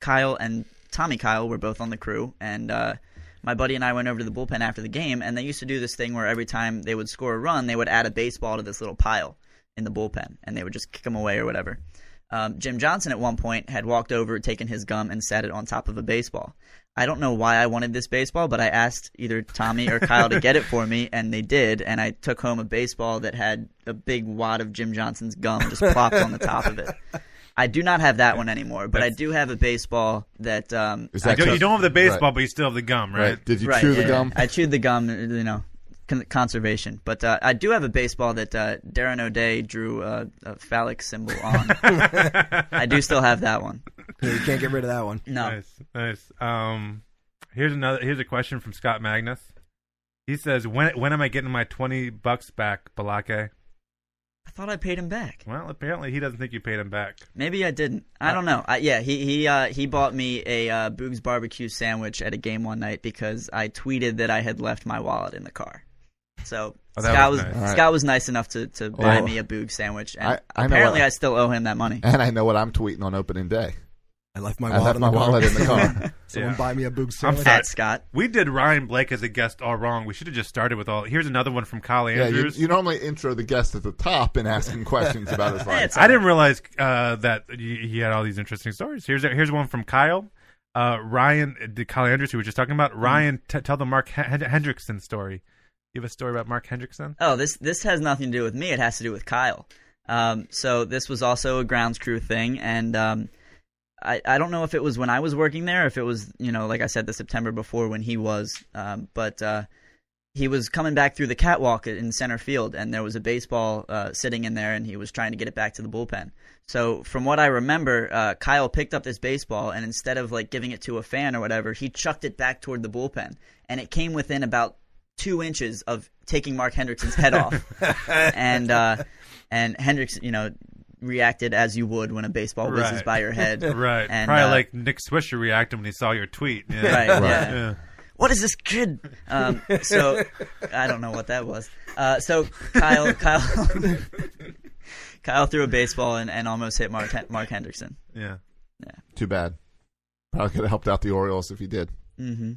G: Kyle and Tommy Kyle were both on the crew, and uh, my buddy and I went over to the bullpen after the game, and they used to do this thing where every time they would score a run, they would add a baseball to this little pile in the bullpen, and they would just kick them away or whatever. Um, Jim Johnson at one point had walked over, taken his gum, and sat it on top of a baseball. I don't know why I wanted this baseball, but I asked either Tommy or Kyle to get it for me, and they did. And I took home a baseball that had a big wad of Jim Johnson's gum just plopped on the top of it. I do not have that one anymore, but I do have a baseball that. Um,
E: Is
H: You
E: that
H: don't, you
E: tough?
H: don't have the baseball,
E: Right.
H: but you still have the gum,
E: Right.
H: right?
E: Did you
G: right,
E: chew
G: yeah,
E: the
G: yeah.
E: gum?
G: I chewed the gum, you know, con- conservation. But uh, I do have a baseball that uh, Darren O'Day drew uh, a phallic symbol on. I do still have that one.
C: Yeah, you can't get rid of that one.
G: No.
H: Nice, nice. Um, here's another. Here's a question from Scott Magnus. He says, "When when am I getting my twenty bucks back, Balake?"
G: I thought I paid him back.
H: Well, apparently he doesn't think you paid him back.
G: Maybe I didn't. I
H: Uh,
G: don't know. I, yeah, he he uh, he bought me a uh, Boog's barbecue sandwich at a game one night because I tweeted that I had left my wallet in the car. So
H: Oh, that
G: Scott
H: was
G: was,
H: nice.
E: All right.
G: Scott was nice enough to, to buy
E: Oh.
G: me a Boog sandwich, and
E: I- I know
G: apparently
E: what-
G: I still owe him that
E: [LAUGHS]
G: money.
E: And I know what I'm tweeting on opening day.
C: I left my
E: I
C: wallet
E: left
C: in
E: my
C: the car.
E: wallet in the car.
C: [LAUGHS] Someone
H: Yeah.
C: buy me a boob
H: I'm
C: sandwich.
H: sorry.
G: At Scott.
H: We did Ryan Blake as a guest all wrong. We should have just started with all. Here's another one from Kyle
E: yeah, you,
H: Andrews.
E: you normally intro the guest at the top and ask him questions about his life.
G: That's
H: I didn't realize uh, that he he had all these interesting stories. Here's here's one from Kyle. Uh, Ryan, uh, the Kyle Andrews, who we were just talking
C: Mm-hmm.
H: about. Ryan, t- tell the Mark Hen- Hendrickson story. You have a story about Mark Hendrickson?
G: Oh, this this has nothing to do with me. It has to do with Kyle. Um, so this was also a grounds crew thing, and um, I I don't know if it was when I was working there, if it was you know like I said the September before when he was, um, but uh, he was coming back through the catwalk in center field, and there was a baseball uh, sitting in there, and he was trying to get it back to the bullpen. So from what I remember, uh, Kyle picked up this baseball, and instead of like giving it to a fan or whatever, he chucked it back toward the bullpen, and it came within about two inches of taking Mark Hendrickson's head off, and uh, and Hendricks, you know, reacted as you would when a baseball whizzes
H: Right.
G: by your head,
H: Right.
G: And,
H: Probably
G: uh,
H: like Nick Swisher reacted when he saw your tweet. Yeah.
G: Right, Right. yeah.
H: yeah.
G: what is this kid? Um, so I don't know what that was. Uh, so
H: [LAUGHS]
G: Kyle, Kyle, [LAUGHS] Kyle threw a baseball and, and almost hit Mark, Hen- Mark Hendrickson.
H: Yeah.
E: Too bad. Probably could have helped out the Orioles if he did.
G: Mm-hmm.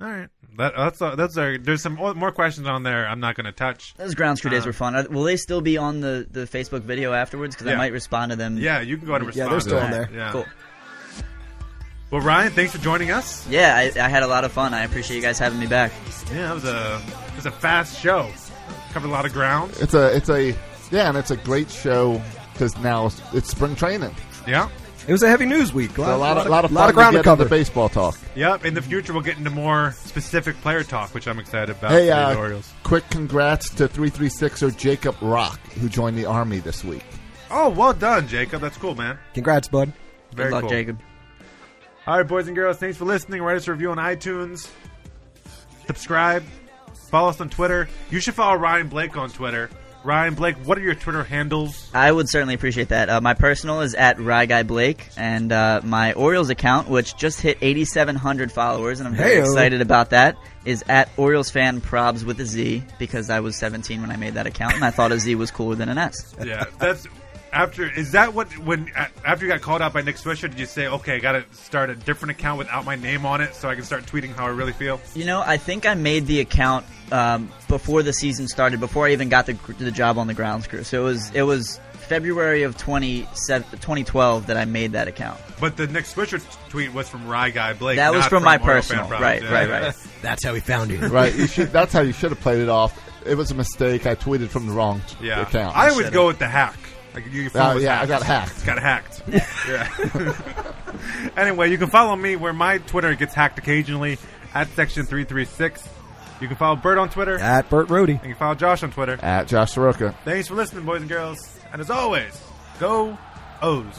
H: All right. That, that's all, that's our. There's some o- more questions on there. I'm not going to touch.
G: Those ground crew days
H: Uh,
G: were fun. Are, will they still be on the, the Facebook video afterwards? Because
H: Yeah.
G: I might respond to them.
H: Yeah, you can go ahead and
C: Yeah,
H: respond.
C: they're
H: to
C: still on
H: that.
C: there.
H: Yeah.
G: Cool.
H: Well, Ryan, thanks for joining us.
G: Yeah, I, I had a lot of fun. I appreciate you guys having me back.
H: Yeah, that was a it was a fast show. Covered a lot of ground.
E: It's a, it's a, yeah, and it's a great show because now it's, it's spring training.
H: Yeah.
C: It was a heavy news week.
E: So a lot of, lot of,
C: lot
E: fun
C: of ground
E: to get
C: to
E: in
C: cover.
E: the baseball talk.
H: Yep. In the future, we'll get into more specific player talk, which I'm excited about.
E: Hey,
H: for the
E: uh,
H: Orioles.
E: quick congrats to 336er Jacob Rock, who joined the Army this week.
H: Oh, well done, Jacob. That's cool, man.
C: Congrats, bud.
H: Very
G: Good luck,
H: cool.
G: Jacob.
H: All right, boys and girls, thanks for listening. Write us a review on iTunes. Subscribe. Follow us on Twitter. You should follow Ryan Blake on Twitter Ryan Blake, what are your Twitter handles?
G: I would certainly appreciate that. Uh, my personal is at Rye Guy Blake, and uh, my Orioles account, which just hit 8,700 followers, and I'm very
A: Heyo.
G: excited about that, is at Orioles Fan Probs with a Z because I was 17 when I made that account, and I thought a Z was cooler than an S.
H: Yeah, that's after. Is that what when a- after you got called out by Nick Swisher? Did you say, okay, I got to start a different account without my name on it so I can start tweeting how I really feel?
G: You know, I think I made the account um, before the season started, before I even got the, gr- the job on the grounds crew. So it was it was February of 20, 2012 that I made that account.
H: But the Nick Swisher t- tweet was from Rye Guy Blake.
G: That was
H: not
G: from
H: Oriole
G: my
H: Fan
G: personal.
H: Problems.
G: Right,
H: Yeah.
G: right, right.
A: That's how he found you.
K: right? You should, that's how you should have played it off. It was a mistake. I tweeted from the wrong t-
H: [LAUGHS] Yeah,
K: account.
H: I would go with the hack. Like you- your phone
K: Oh,
H: was
K: yeah, I
H: hacked.
K: got hacked.
H: Got
K: [LAUGHS]
H: hacked. yeah. [LAUGHS] anyway, you can follow me where my Twitter gets hacked occasionally at section three three six. You can follow Bert on Twitter.
A: At Burt Rohde.
H: And you can follow Josh on Twitter.
K: at Josh Soroka.
H: Thanks for listening, boys and girls. And as always, go O's.